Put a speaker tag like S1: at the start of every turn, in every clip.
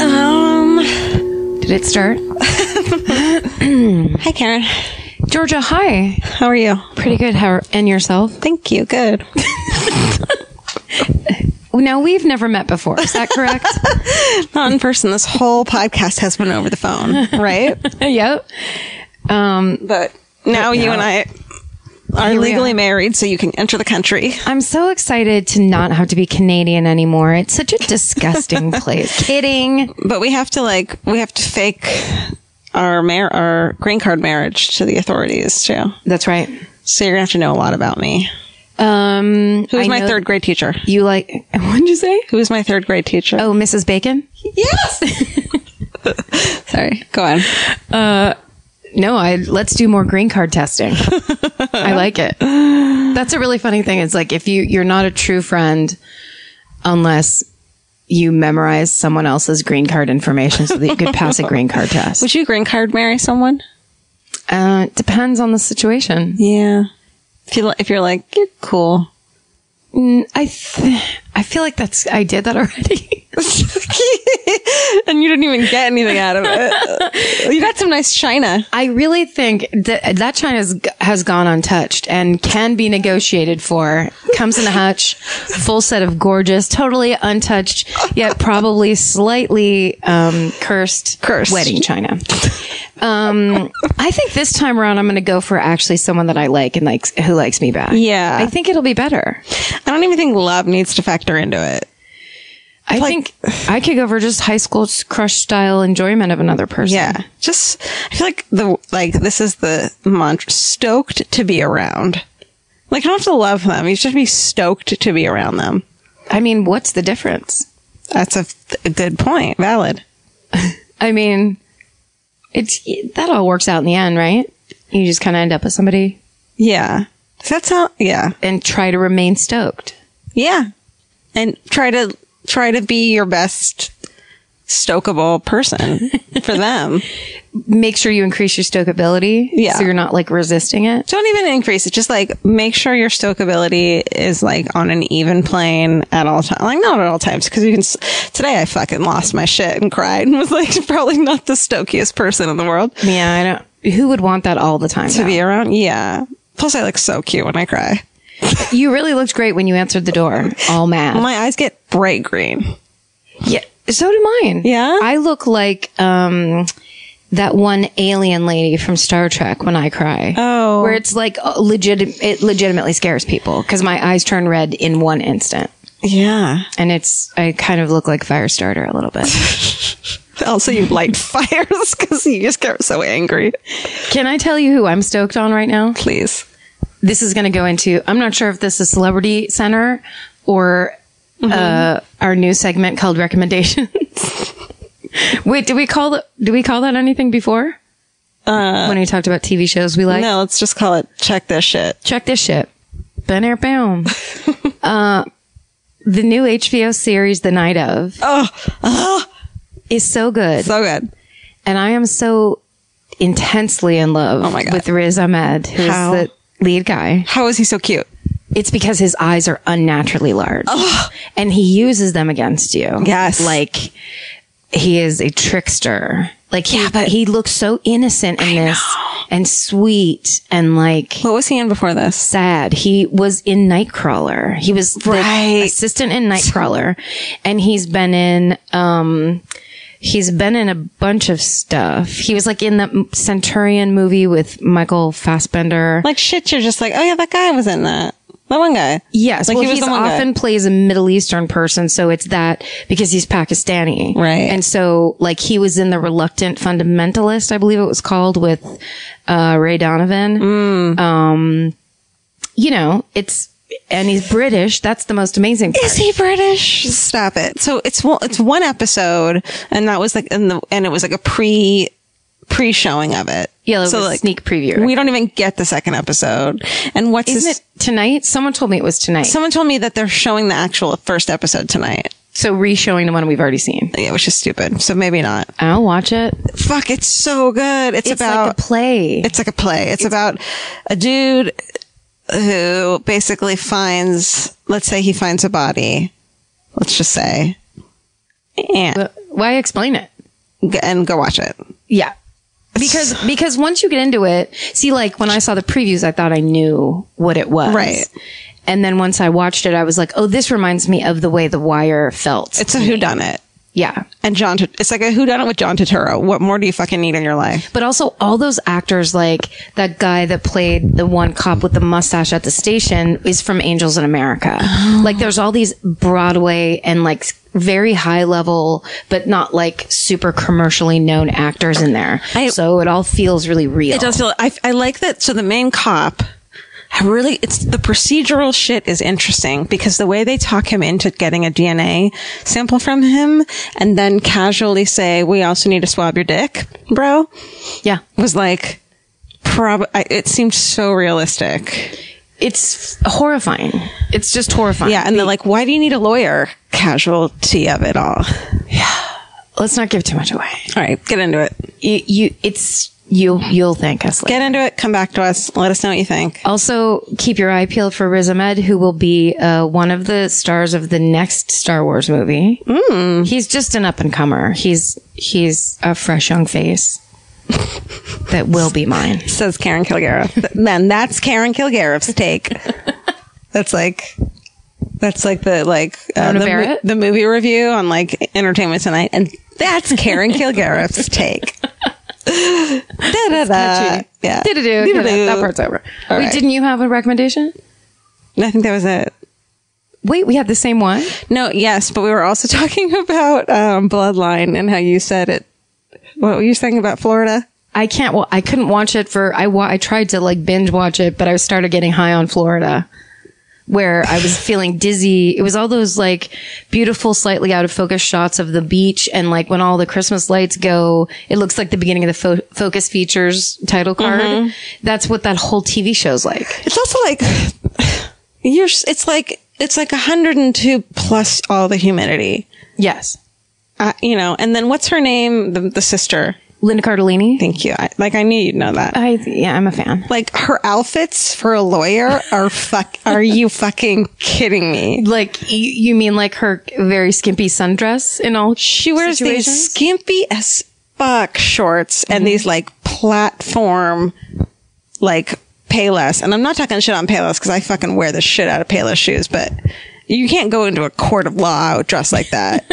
S1: Um,
S2: Did it start?
S1: Hi, Karen.
S2: Georgia, hi.
S1: How are you?
S2: Pretty good. How and yourself?
S1: Thank you. Good.
S2: Now we've never met before. Is that correct?
S1: Not in person. This whole podcast has been over the phone, right?
S2: yep. Um,
S1: But now you and I are
S2: Here we
S1: legally
S2: are.
S1: married, so you can enter the country.
S2: I'm so excited to not have to be Canadian anymore. It's such a disgusting place. Kidding.
S1: But we have to like we have to fake our mar- our green card marriage to the authorities too.
S2: That's right.
S1: So you're gonna have to know a lot about me.
S2: Um,
S1: Who was
S2: I
S1: my
S2: know
S1: third grade teacher?
S2: You like? What did you say?
S1: Who was my third grade teacher?
S2: Oh, Mrs. Bacon.
S1: yes. Sorry. Go on.
S2: No, I let's do more green card testing. I like it. That's a really funny thing. It's like if you you're not a true friend unless you memorize someone else's green card information so that you could pass a green card test.
S1: Would you green card marry someone?
S2: Uh, it depends on the situation.
S1: Yeah. If you li- if you're like you're cool.
S2: Mm, I th- I feel like that's I did that already.
S1: and you didn't even get anything out of it. You got some nice china.
S2: I really think that that China has gone untouched and can be negotiated for. Comes in a hutch, full set of gorgeous, totally untouched, yet probably slightly um, cursed,
S1: Cursed.
S2: wedding china. Um, I think this time around, I'm going to go for actually someone that I like and likes who likes me back.
S1: Yeah.
S2: I think it'll be better.
S1: I don't even think love needs to factor into it.
S2: I think I could go for just high school crush style enjoyment of another person.
S1: Yeah. Just I feel like the like this is the mantra stoked to be around. Like you don't have to love them. You should be stoked to be around them.
S2: I mean, what's the difference?
S1: That's a, a good point. Valid.
S2: I mean, it's that all works out in the end, right? You just kind of end up with somebody
S1: Yeah. Does that sound yeah.
S2: and try to remain stoked.
S1: Yeah. And try to try to be your best stokable person for them.
S2: Make sure you increase your stokability,
S1: Yeah.
S2: so you're not like resisting it.
S1: don't even increase it. Just like make sure your stokability is like on an even plane at all times. Like not at all times because you can. s- Today I fucking lost my shit and cried and was like probably not the stokiest person in the world
S2: Yeah, I don't. Who would want that all the time?
S1: to
S2: though?
S1: be around. Yeah. Plus I look so cute when I cry.
S2: You really looked great when you answered the door, all mad.
S1: My eyes get bright green.
S2: yeah, so do mine.
S1: Yeah?
S2: I look like um that one alien lady from Star Trek when I cry.
S1: Oh.
S2: where it's like uh, legit. It legitimately scares people because my eyes turn red in one instant.
S1: Yeah.
S2: and it's I kind of look like Firestarter a little bit.
S1: Also, you light fires because you just get so angry.
S2: Can I tell you who I'm stoked on right now?
S1: Please.
S2: This is going to go into I'm not sure if this is Celebrity Center or uh, our new segment called Recommendations. Wait, did we call the, do we call that anything before? Uh, when we talked about TV shows we like,
S1: No, let's just call it check this shit.
S2: check this shit. Ben air boom. uh, the new HBO series, The Night of, is so good.
S1: So good.
S2: and I am so intensely in love
S1: Oh my God.
S2: with Riz Ahmed, who is
S1: How?
S2: the lead guy.
S1: How is he so cute?
S2: It's because his eyes are unnaturally large, and he uses them against you.
S1: Yes.
S2: like he is a trickster. Like yeah, but he looks so innocent in this, and sweet, and like
S1: What was he in before this?
S2: sad. He was in Nightcrawler. He was the
S1: Right.
S2: assistant in Nightcrawler, and he's been in um, He's been in a bunch of stuff. He was like in the Centurion movie with Michael Fassbender.
S1: Like shit, you're just like, oh yeah, that guy was in that. That one guy.
S2: Yes,
S1: Like,
S2: well,
S1: he was
S2: he's
S1: the one guy.
S2: often plays a Middle Eastern person, so it's that because he's Pakistani,
S1: Right.
S2: And so, like, he was in the Reluctant Fundamentalist, I believe it was called, with uh, Ray Donovan. Um,
S1: Mm.
S2: you know, it's and he's British. That's the most amazing. Part.
S1: Is he British? Stop it. So it's one, it's one episode, and that was like, in the, and it was like a pre pre showing of it.
S2: Yeah, it was
S1: so
S2: a sneak preview.
S1: We don't even get the second episode. And what's
S2: Isn't
S1: his,
S2: it tonight? Someone told me it was tonight.
S1: Someone told me that they're showing the actual first episode tonight.
S2: so re-showing the one we've already seen.
S1: Yeah, which is stupid. So maybe not.
S2: I'll watch it.
S1: Fuck, it's so good. It's,
S2: It's
S1: about
S2: like a play.
S1: It's like a play. It's, about a dude who basically finds, let's say he finds a body. Let's just say. And,
S2: Why explain it?
S1: and go watch it.
S2: Yeah. Because because once you get into it, see like when I saw the previews I thought I knew what it was.
S1: Right.
S2: And then once I watched it I was like, "Oh, this reminds me of the way The Wire felt."
S1: It's a whodunit.
S2: yeah.
S1: And John, Tur- it's like a whodunit with John Turturro. What more do you fucking need in your life?
S2: But also all those actors like that guy that played the one cop with the mustache at the station is from Angels in America.
S1: Oh.
S2: Like there's all these Broadway and like s- very high level but not like super commercially known actors in there. so it all feels really real.
S1: It does feel, I, I like that. So the main cop, I really, it's the procedural shit is interesting because the way they talk him into getting a DNA sample from him and then casually say, we also need to swab your dick, bro.
S2: Yeah.
S1: was like prob I, it seemed so realistic
S2: it's horrifying. It's just horrifying.
S1: yeah and they're like why do you need a lawyer casualty of it all all
S2: Let's not give too much away.
S1: right get into it
S2: You, you it's you. You'll thank us. Later.
S1: get into it come back to us let us know what you think
S2: Also, keep your eye peeled for Riz Ahmed, who will be uh, one of the stars of the next Star Wars movie. Mm. He's just an up and comer. He's he's a fresh young face that will be mine.
S1: says karen kilgariff Th- then that's karen kilgariff's take that's like that's like the like uh,
S2: Rhona
S1: the,
S2: Barrett?
S1: the movie review on like entertainment tonight and that's karen kilgariff's take Da-da-da. Yeah.
S2: Doo-doo-doo. That part's over. Wait,
S1: right.
S2: didn't you have a recommendation?
S1: I think that was it.
S2: Wait, we had the same one.
S1: No, yes, but we were also talking about um, Bloodline and how you said it. What were you saying about Florida?
S2: I can't. Well, I couldn't watch it for. I wa- I tried to like binge watch it, but I started getting high on Florida, where I was feeling dizzy. It was all those like beautiful, slightly out of focus shots of the beach, and like when all the Christmas lights go, it looks like the beginning of the fo- focus features title card. That's what that whole TV show's like.
S1: It's also like you're. s- It's like it's like 102 plus all the humidity.
S2: Yes,
S1: Uh, you know, and then what's her name? The, the sister.
S2: Linda Cardellini.
S1: Thank you. I, like I knew you'd know that.
S2: I yeah, I'm a fan.
S1: Like her outfits for a lawyer are fuck. are you fucking kidding me?
S2: Like y- you mean like her very skimpy sundress in all
S1: She wears these
S2: situations? Mm-hmm.
S1: skimpy as fuck shorts and these like platform, like Payless. And I'm not talking shit on Payless because I fucking wear the shit out of Payless shoes, but you can't go into a court of law dressed like that.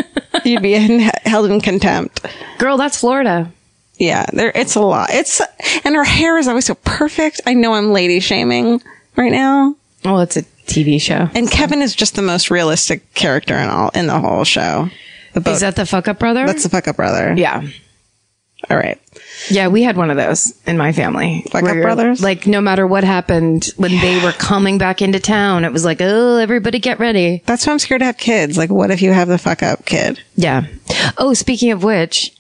S1: You'd be in, held in contempt.
S2: girl. That's Florida.
S1: Yeah, there, it's a lot. It's, and her hair is always so perfect. I know I'm lady shaming right now.
S2: Well, it's a TV show.
S1: And Kevin is just the most realistic character in all, in the whole show. The boat.
S2: Is that the fuck up brother?
S1: That's the fuck up brother.
S2: yeah.
S1: All right.
S2: Yeah, we had one of those in my family.
S1: Fuck
S2: Where
S1: Up
S2: you're-
S1: Brothers?
S2: Like, no matter what happened, when they were coming back into town, it was like, oh, everybody get ready.
S1: That's why I'm scared to have kids. Like, what if you have the fuck up kid?
S2: Yeah. Oh, speaking of which,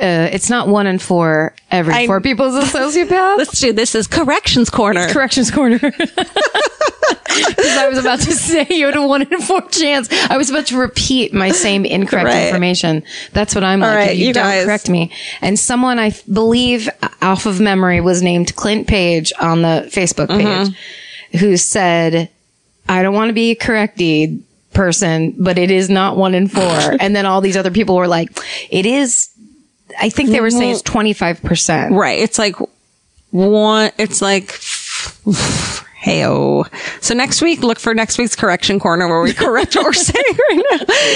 S2: uh, it's not one in four. Every
S1: I-
S2: four people is a sociopath.
S1: do this is corrections corner.
S2: Corrections corner. Because I was about to say you had a one in four chance. I was about to repeat my same incorrect
S1: Right.
S2: information. That's what I'm
S1: All
S2: like. if
S1: right,
S2: you,
S1: you
S2: don't
S1: guys.
S2: correct me. And someone I f- believe uh, off of memory was named Clint Page on the Facebook page
S1: Mm-hmm.
S2: who said, I don't want to be a corrected person, but it is not one in four. and then all these other people were like, it is. I think they were saying
S1: Mm-hmm.
S2: it's 25%.
S1: Right. It's like one. It's like Heyo. So next week, look for next week's correction corner where we correct what we're saying right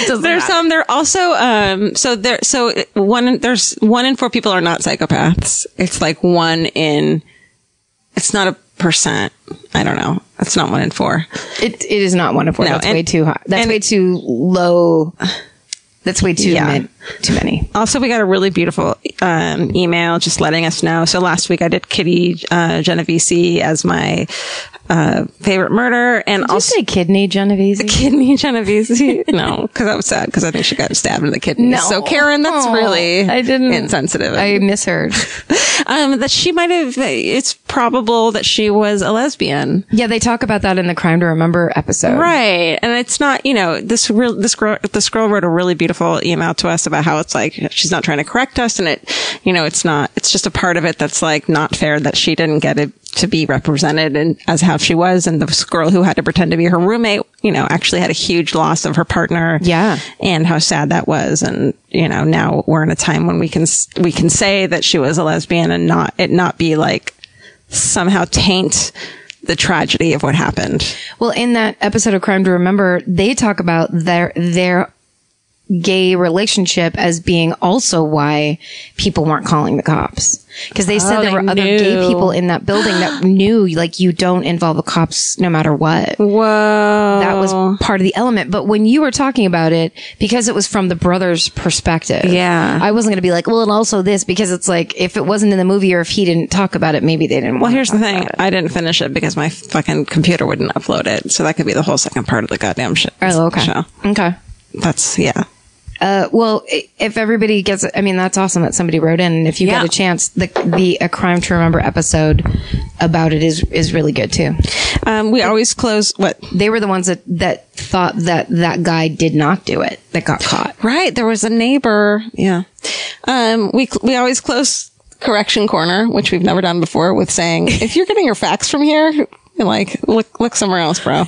S1: now. There's some. There also. Um. So there. So one. There's one in four people are not psychopaths. It's like one in. It's not a percent. I don't know. It's not one in four.
S2: It it is not one of four.
S1: No,
S2: that's
S1: and-
S2: way too high. That's
S1: and-
S2: way too low. That's way too
S1: Yeah.
S2: mid, too many.
S1: Also, we got a really beautiful um, email just letting us know. So last week I did Kitty uh, Genovese as my uh, favorite murder, and
S2: Did you
S1: also
S2: say kidney Genovese?
S1: kidney Genovese. no, because I was sad because I think she got stabbed in the kidney.
S2: No.
S1: So Karen, that's
S2: Aw,
S1: really
S2: I didn't-
S1: insensitive.
S2: I misheard.
S1: um, that she might have. It's probable that she was a lesbian.
S2: yeah, they talk about that in the Crime to Remember episode.
S1: Right. And it's not, you know, this real, this girl, this girl wrote a really beautiful email to us about how it's like, she's not trying to correct us. And it, you know, it's not, it's just a part of it that's like not fair that she didn't get it to be represented and as how she was. And this girl who had to pretend to be her roommate, you know, actually had a huge loss of her partner.
S2: Yeah.
S1: And how sad that was. And, you know, now we're in a time when we can, s- we can say that she was a lesbian and not, it not be like somehow taint the tragedy of what happened.
S2: Well, in that episode of Crime to Remember, they talk about their their gay relationship as being also why people weren't calling the cops because they said there
S1: Oh, they
S2: were other gay
S1: knew.
S2: people in that building that knew like you don't involve the cops no matter what.
S1: Whoa.
S2: that was part of the element. But when you were talking about it, because it was from the brother's perspective,
S1: Yeah.
S2: I wasn't going to be like, well, and also this because it's like if it wasn't in the movie or if he didn't talk about it, maybe they didn't.
S1: Well, here's the thing. I didn't finish it because my fucking computer wouldn't upload it. So that could be the whole second part of the goddamn shit.
S2: Oh, okay.
S1: show.
S2: Okay.
S1: That's, yeah.
S2: Uh, well, i- if everybody gets, I mean, that's awesome that somebody wrote in. And if you
S1: Yeah.
S2: get a chance, the the a crime to remember episode about it is is really good too.
S1: Um, we always close what?
S2: They were the ones that that thought that that guy did not do it that got caught.
S1: Right. There was a neighbor. Yeah. Um, we, cl- we always close correction corner, which we've never done before with saying, if you're getting your facts from here, like look, look somewhere else, bro.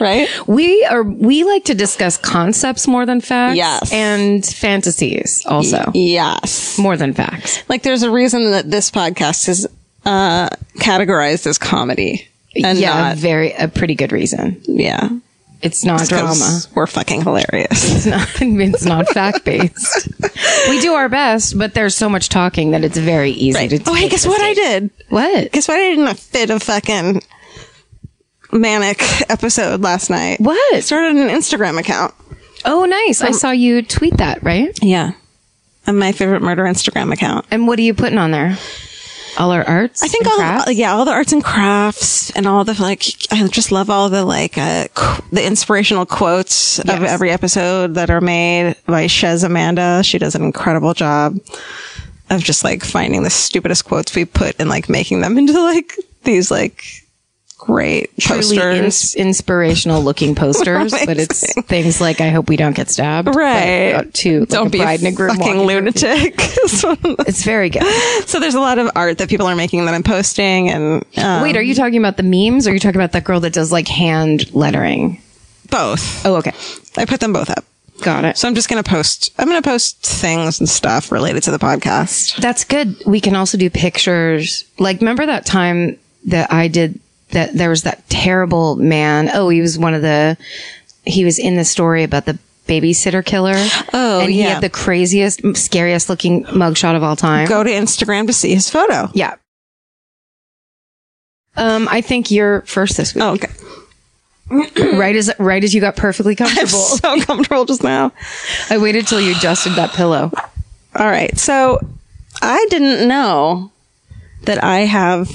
S1: right.
S2: We are we like to discuss concepts more than facts.
S1: Yes.
S2: And fantasies also.
S1: Yes.
S2: More than facts.
S1: Like there's a reason that this podcast is, uh, categorized as comedy and
S2: yeah,
S1: not,
S2: very a pretty good reason.
S1: yeah.
S2: It's not drama.
S1: 'Cause We're fucking hilarious.
S2: It's not, it's not fact based. we do our best, but there's so much talking that it's very easy to.
S1: Oh, hey,
S2: take
S1: guess
S2: the
S1: what I
S2: stage.
S1: did?
S2: What?
S1: Guess what I did in a fit of fucking manic episode last night?
S2: What?
S1: Started an Instagram account.
S2: Oh, nice.
S1: Um,
S2: I saw you tweet that, right?
S1: Yeah. On my favorite murder Instagram account.
S2: And what are you putting on there? All our arts.
S1: I think
S2: and
S1: all
S2: crafts?
S1: the, uh, yeah, all the arts and crafts and all the like, I just love all the like, uh, qu- the inspirational quotes of
S2: Yes.
S1: every episode that are made by Shez Amanda. She does an incredible job of just like finding the stupidest quotes we put and like making them into like these like great
S2: Truly
S1: posters.
S2: ins- inspirational looking posters, but it's things like "I hope we don't get stabbed," but,
S1: Right.
S2: uh, to like
S1: Don't
S2: a
S1: be
S2: bride and a
S1: a
S2: groom
S1: fucking
S2: walking.
S1: lunatic. so,
S2: It's very good.
S1: so there's a lot of art that people are making that I'm posting and um,
S2: Wait, are you talking about the memes? Or are you talking about that girl that does like hand lettering?
S1: both.
S2: Oh, okay,
S1: I put them both up.
S2: got it.
S1: So I'm just going to post, I'm going to post things and stuff related to the podcast.
S2: That's good. We can also do pictures. Like, remember that time that I did that? There was that terrible man. Oh, he was one of the. He was in the story about the babysitter killer.
S1: Oh,
S2: and he
S1: yeah.
S2: had the craziest, scariest looking mugshot of all time.
S1: Go to Instagram to see his photo.
S2: Yeah. Um, I think you're first this week.
S1: Oh, okay.
S2: Right as right as you got perfectly
S1: I'm
S2: comfortable,
S1: so comfortable just now.
S2: I waited till you adjusted that pillow.
S1: All right. So I didn't know that I have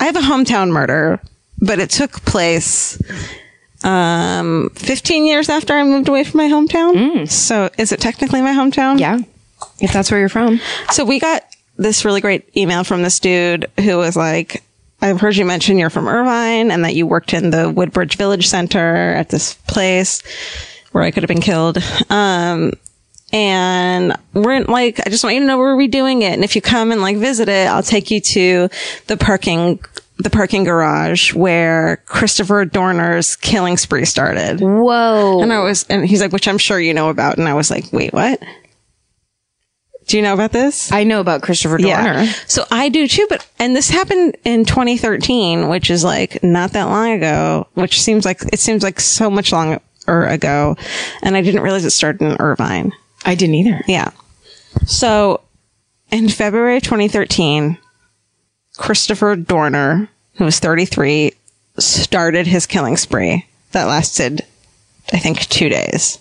S1: I have a hometown murder, but it took place um 15 years after I moved away from my hometown. So is it technically my hometown?
S2: Yeah, if that's where you're from.
S1: So we got this really great email from this dude who was like, I've heard you mention you're from Irvine and that you worked in the Woodbridge Village Center at this place where I could have been killed. Um, and we're in, like, I just want you to know we're redoing it. And if you come and like visit it, I'll take you to the parking, the parking garage where Christopher Dorner's killing spree started.
S2: Whoa!
S1: And I was, and he's like, which I'm sure you know about. And I was like, wait, what? Do you know about this?
S2: I know about Christopher Dorner.
S1: So I do too, but and this happened in 2013, which is like not that long ago, which seems like it seems like so much longer ago, and I didn't realize it started in Irvine.
S2: I didn't either.
S1: Yeah. So in February 2013, Christopher Dorner, who was 33, started his killing spree that lasted, I think, two days,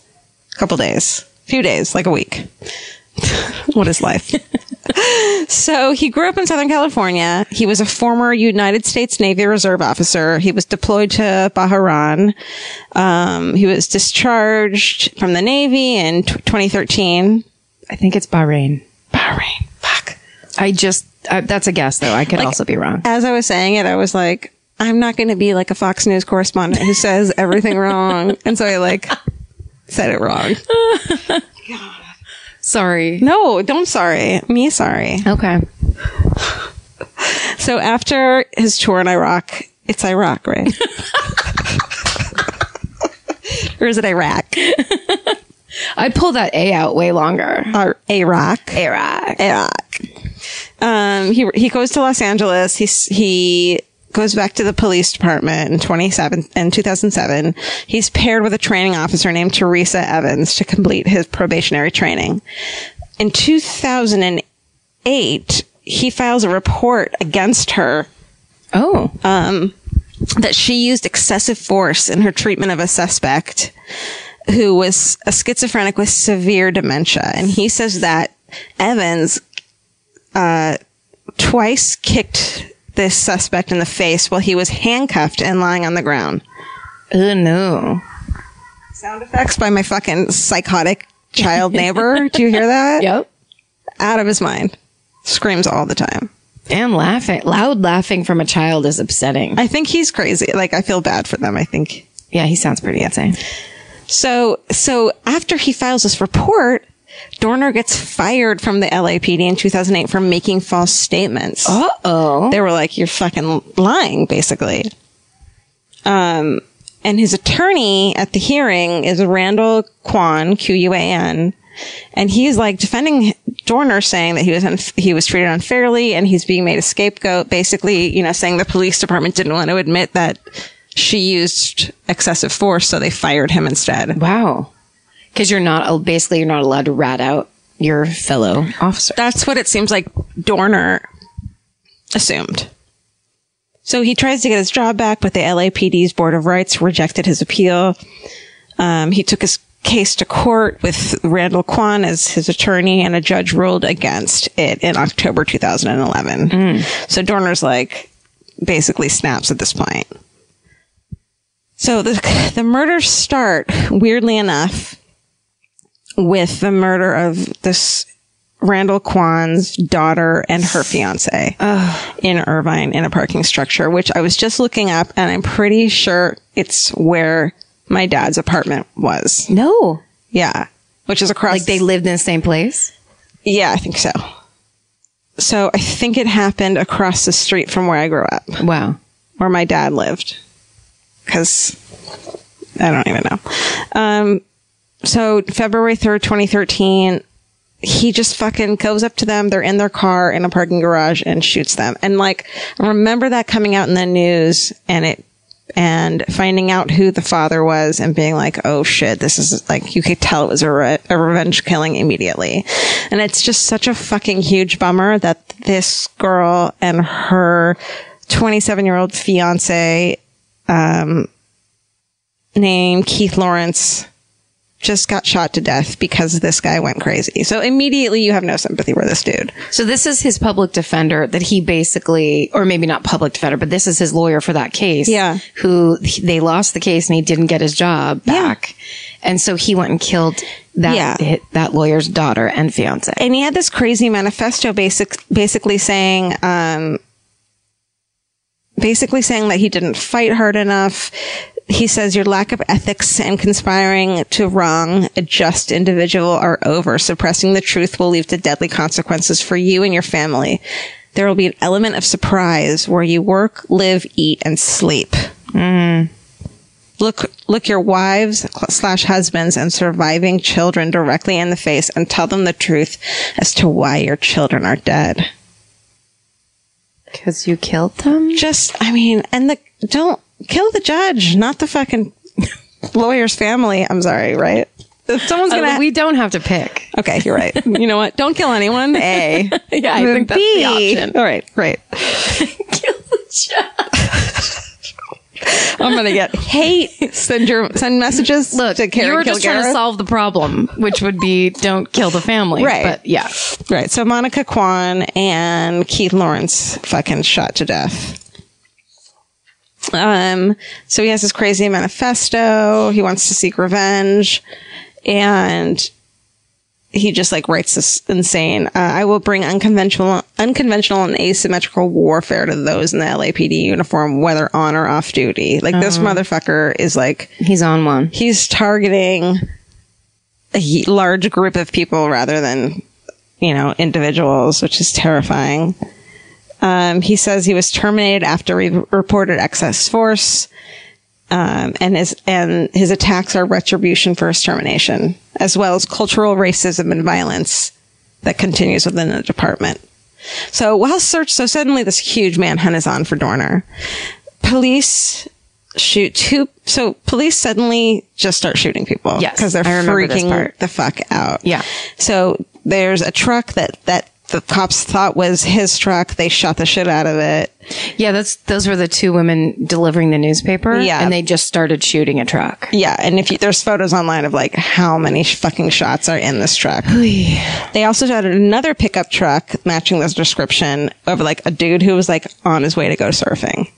S1: a couple days, a few days, like a week. what is life? so he grew up in Southern California. He was a former United States Navy Reserve officer. He was deployed to Bahrain. Um, he was discharged from the Navy in t- 2013.
S2: I think it's Bahrain.
S1: Bahrain. Fuck.
S2: I just I, that's a guess though. I could also be wrong.
S1: As I was saying it, I was like, I'm not going to be like a Fox News correspondent who says everything wrong. And so I like said it wrong.
S2: Sorry.
S1: No, don't sorry. Me sorry.
S2: Okay.
S1: So after his tour in Iraq, it's Iraq, right? or is it Iraq?
S2: I'd pull that A out way longer.
S1: Ar- Iraq.
S2: Iraq.
S1: Iraq. Um, he he goes to Los Angeles. He s- he goes back to the police department in 27 in 2007. He's paired with a training officer named Teresa Evans to complete his probationary training. In 2008, he files a report against her
S2: Oh.
S1: um, that she used excessive force in her treatment of a suspect who was a schizophrenic with severe dementia. And he says that Evans, uh, twice kicked this suspect in the face while he was handcuffed and lying on the ground.
S2: oh no.
S1: Sound effects by my fucking psychotic child neighbor. Do you hear that?
S2: Yep.
S1: Out of his mind. Screams all the time.
S2: Damn laughing. Loud laughing from a child is upsetting.
S1: I think he's crazy. Like, I feel bad for them. I think
S2: yeah, he sounds pretty insane.
S1: So, so after he files this report, Dorner gets fired from the LAPD in 2008 for making false statements.
S2: Uh oh.
S1: They were like, you're fucking lying, basically. Um, and his attorney at the hearing is Randall Kwan, Q-U-A-N. And he's like defending Dorner saying that he was, unf- he was treated unfairly and he's being made a scapegoat, basically, you know, saying the police department didn't want to admit that she used excessive force. So they fired him instead.
S2: Wow. Because you're not uh, basically you're not allowed to rat out your fellow officer.
S1: That's what it seems like Dorner assumed. So he tries to get his job back, but the LAPD's Board of Rights rejected his appeal. Um, he took his case to court with Randall Kwan as his attorney, and a judge ruled against it in October 2011. So Dorner's like basically snaps at this point. So the the murders start weirdly enough with the murder of this Randall Kwan's daughter and her fiance in Irvine in a parking structure, which I was just looking up, and I'm pretty sure it's where my dad's apartment was.
S2: No.
S1: Yeah, which is across.
S2: Like they lived in the same place.
S1: yeah, I think so. So I think it happened across the street from where I grew up
S2: Wow.
S1: where my dad lived because I don't even know. Um, so February 3rd, 2013, he just fucking goes up to them. They're in their car in a parking garage and shoots them. And like, I remember that coming out in the news and it, and finding out who the father was and being like, oh shit, this is like, you could tell it was a, re- a revenge killing immediately. And it's just such a fucking huge bummer that this girl and her 27 year old fiance, um, named Keith Lawrence just got shot to death because this guy went crazy. So immediately you have no sympathy for this dude.
S2: So this is his public defender that he basically, or maybe not public defender, but this is his lawyer for that case.
S1: Yeah.
S2: Who he- they lost the case and he didn't get his job back. And so he went and killed that,
S1: Yeah.
S2: hi- that lawyer's daughter and fiance.
S1: and he had this crazy manifesto basic, basically saying um, basically saying that he didn't fight hard enough he says your lack of ethics and conspiring to wrong a just individual are over suppressing the truth will lead to deadly consequences for you and your family there will be an element of surprise where you work live eat and sleep Look, look your wives slash husbands and surviving children directly in the face and tell them the truth as to why your children are dead.
S2: Because you killed them?
S1: Just, I mean, and the, don't kill the judge, not the fucking lawyer's family. I'm sorry, right? If someone's gonna,
S2: Uh, we don't have to pick.
S1: Okay, you're right. You know what? Don't kill anyone. A.
S2: Yeah, I think that's the option.
S1: All right, right. I'm gonna get hate. Send your send messages.
S2: Look,
S1: to Karen
S2: you were just trying to
S1: Kilgariff.
S2: solve the problem, which would be don't kill the family.
S1: Right.
S2: But yeah.
S1: Right. So Monica Kwan and Keith Lawrence fucking shot to death. Um, so he has this crazy manifesto. He wants to seek revenge and he just like writes this insane, uh, I will bring unconventional, unconventional and asymmetrical warfare to those in the LAPD uniform, whether on or off duty. Like this motherfucker is like,
S2: He's on one.
S1: he's targeting a y- large group of people rather than you know individuals which is terrifying um, he says he was terminated after he reported excess force um, and his and his attacks are retribution for his termination as well as cultural racism and violence that continues within the department so while search so suddenly this huge manhunt is on for dorner police shoot two so police suddenly just start shooting people
S2: Yes,
S1: because they're
S2: I remember this part.
S1: freaking the fuck out.
S2: Yeah.
S1: So there's a truck that that the cops thought was his truck. They shot the shit out of it.
S2: Yeah, that's those were the two women delivering the newspaper.
S1: Yeah.
S2: And they just started shooting a truck.
S1: Yeah, and if you, there's photos online of like how many sh- fucking shots are in this truck. They also shot at another pickup truck matching this description of like a dude who was like on his way to go surfing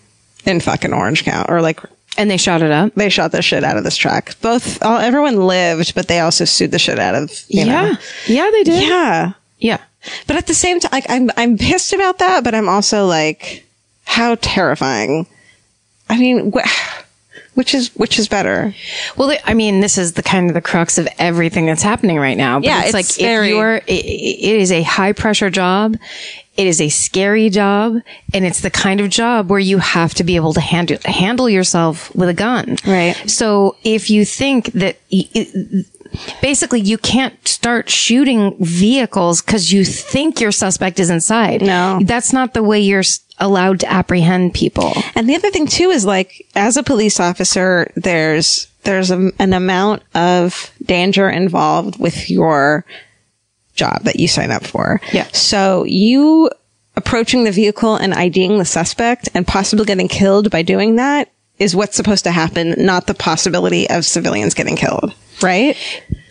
S1: in fucking Orange County or like
S2: And they shot it up.
S1: they shot the shit out of this truck. Both all everyone lived, but they also sued the shit out of you know.
S2: Yeah, they did.
S1: Yeah.
S2: Yeah.
S1: But at the same time, like I'm I'm pissed about that, but I'm also like, how terrifying. I mean, wh- which is which is better?
S2: Well, they- I mean, this is the kind of the crux of everything that's happening right now. But
S1: Yeah,
S2: it's,
S1: it's
S2: like
S1: very-
S2: if you're, it, it is a high pressure job. It is a scary job, and it's the kind of job where you have to be able to handle handle yourself with a gun.
S1: Right.
S2: So if you think that. y- y- Basically, you can't start shooting vehicles because you think your suspect is inside.
S1: No.
S2: That's not the way you're s- allowed to apprehend people.
S1: And the other thing too is like, as a police officer, there's there's a, an amount of danger involved with your job that you sign up for.
S2: Yeah.
S1: So you approaching the vehicle and IDing the suspect and possibly getting killed by doing that is what's supposed to happen, not the possibility of civilians getting killed. Right?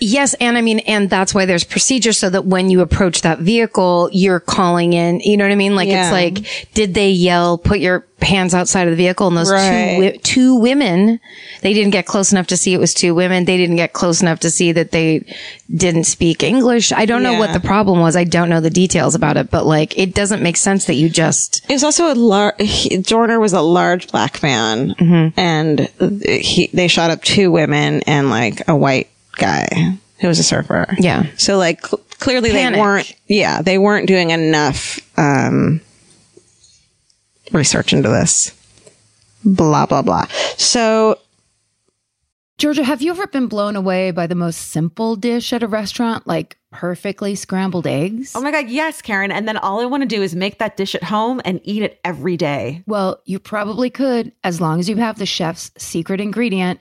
S2: Yes, and I mean, and that's why there's procedure so that when you approach that vehicle, you're calling in. You know what I mean? Like
S1: Yeah.
S2: it's like, did they yell? Put your hands outside of the vehicle. And those
S1: Right.
S2: two wi- two women, they didn't get close enough to see it was two women. They didn't get close enough to see that they didn't speak English. I don't know what
S1: Yeah.
S2: the problem was. I don't know the details about it, but like, it doesn't make sense that you just
S1: It was also a large. Dorner was a large black man,
S2: Mm-hmm.
S1: and he they shot up two women and like a white guy who was a surfer.
S2: Yeah.
S1: So like cl- clearly
S2: Panic.
S1: they weren't. Yeah, they weren't doing enough um, research into this. Blah blah blah. So
S3: Georgia, have you ever been blown away by the most simple dish at a restaurant, like perfectly scrambled eggs?
S4: Oh my God, yes, Karen. And then all I want to do is make that dish at home and eat it every day.
S3: Well, you probably could as long as you have the chef's secret ingredient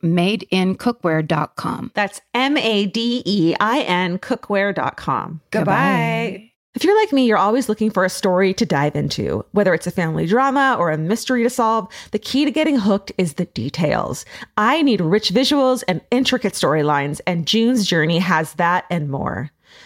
S3: madeincookware.com.
S4: That's M A D E I N cookware.com. Goodbye. If you're like me, you're always looking for a story to dive into. Whether it's a family drama or a mystery to solve, the key to getting hooked is the details. I need rich visuals and intricate storylines, and June's Journey has that and more.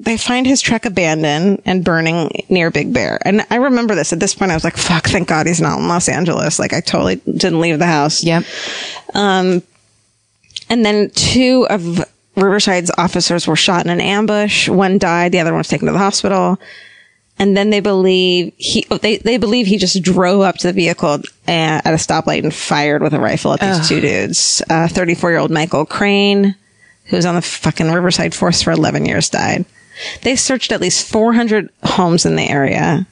S1: they find his truck abandoned and burning near Big Bear. And I remember this. At this point, I was like, fuck, thank God he's not in Los Angeles. Like, I totally didn't leave the house.
S2: Yep.
S1: Um, and then two of Riverside's officers were shot in an ambush. One died. The other one was taken to the hospital. And then they believe he oh, they, they believe he just drove up to the vehicle a- at a stoplight and fired with a rifle at these two dudes. Uh, 34 year old Michael Crane, who was on the fucking Riverside force for 11 years, died. They searched at least 400 homes in the area.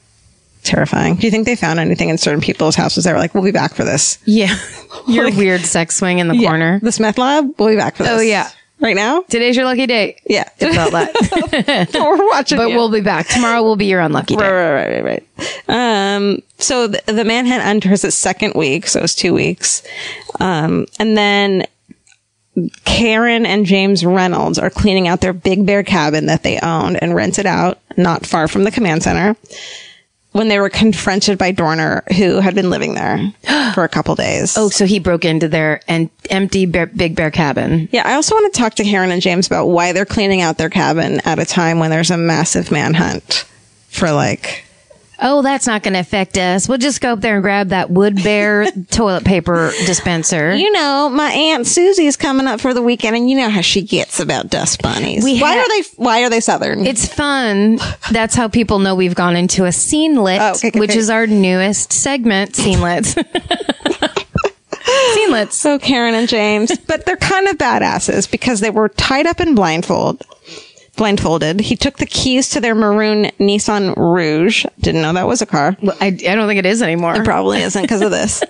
S1: Terrifying. Do you think they found anything in certain people's houses? They were like, "We'll be back for this."
S2: Yeah. Your weird sex swing in the
S1: Yeah.
S2: corner.
S1: This meth lab. We'll be back for this.
S2: Oh, yeah.
S1: Right now?
S2: Today's your lucky day.
S1: Yeah.
S2: It's all that.
S1: We're watching.
S2: but
S1: you.
S2: we'll be back. Tomorrow will be your unlucky day.
S1: Right, right, right, right, right. Um, so the, the manhunt enters its second week, so it's two weeks. Um, and then Karen and James Reynolds are cleaning out their Big Bear cabin that they owned and rented out not far from the command center when they were confronted by Dorner, who had been living there for a couple days.
S2: Oh, so he broke into their and empty bear, Big Bear cabin.
S1: Yeah, I also want to talk to Karen and James about why they're cleaning out their cabin at a time when there's a massive manhunt for like
S2: Oh, that's not going to affect us. We'll just go up there and grab that wood bear toilet paper dispenser.
S1: you know, my aunt Susie's coming up for the weekend, and you know how she gets about dust bunnies.
S2: We
S1: why
S2: ha-
S1: are they? Why are they southern?
S2: It's fun. That's how people know we've gone into a scene lit,
S1: Oh, okay, okay,
S2: which
S1: okay.
S2: is our newest segment, scene lits. scene lits.
S1: so Karen and James, but they're kind of badasses because they were tied up in blindfold. Blindfolded. He took the keys to their maroon Nissan Rouge. Didn't know that was a car.
S2: Well, I, I don't think it is anymore.
S1: It probably isn't because of this.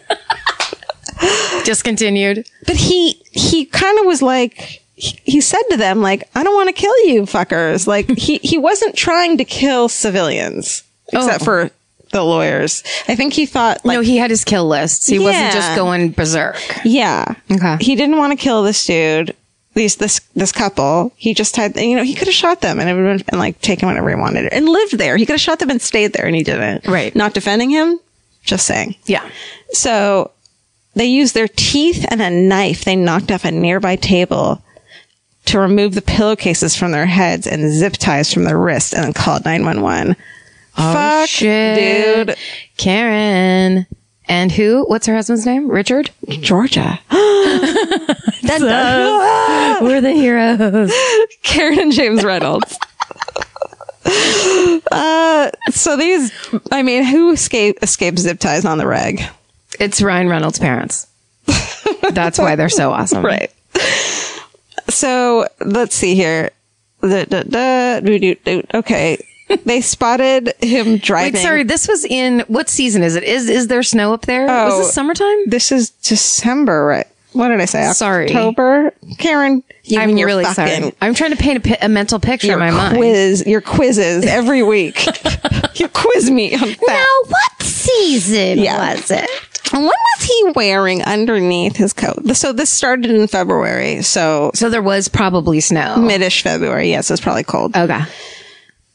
S2: Discontinued.
S1: But he he kind of was like he, he said to them like I don't want to kill you fuckers. Like he he wasn't trying to kill civilians except for the lawyers. I think he thought like
S2: Oh. no, he had his kill lists. He wasn't
S1: Yeah.
S2: just going berserk.
S1: Yeah.
S2: Okay.
S1: He didn't want to kill this dude. These this this couple. He just had you know he could have shot them and it would have been like taken whatever he wanted and lived there. He could have shot them and stayed there and he didn't.
S2: Right.
S1: Not defending him. Just saying.
S2: Yeah.
S1: So they used their teeth and a knife they knocked off a nearby table to remove the pillowcases from their heads and zip ties from their wrists and then called 911. Fuck,
S2: Oh, shit.
S1: dude.
S2: Karen. And who? What's her husband's name? Richard?
S1: Georgia.
S2: We're the heroes.
S1: Karen and James Reynolds. uh, so these, I mean, who escape escapes zip ties on the reg?
S2: It's Ryan Reynolds' parents. That's why they're so awesome.
S1: Right. So let's see here. Da, da, da, do, do, do. Okay. They spotted him driving.
S2: Wait, sorry, this was in what season is it? Is is there snow up there?
S1: Oh.
S2: was this summertime?
S1: This is December, right? what did I say?
S2: Sorry.
S1: October, Karen. You
S2: I'm
S1: and your
S2: really
S1: fucking
S2: sorry. I'm trying to paint a, pi- a mental picture in my mind.
S1: Quiz your quizzes every week. you quiz me on that.
S5: Now, what season
S1: Yeah.
S5: was it?
S1: And what was he wearing underneath his coat? So this started in February, so
S2: So there was probably snow.
S1: mid-ish February. Yes, it's probably cold.
S2: okay.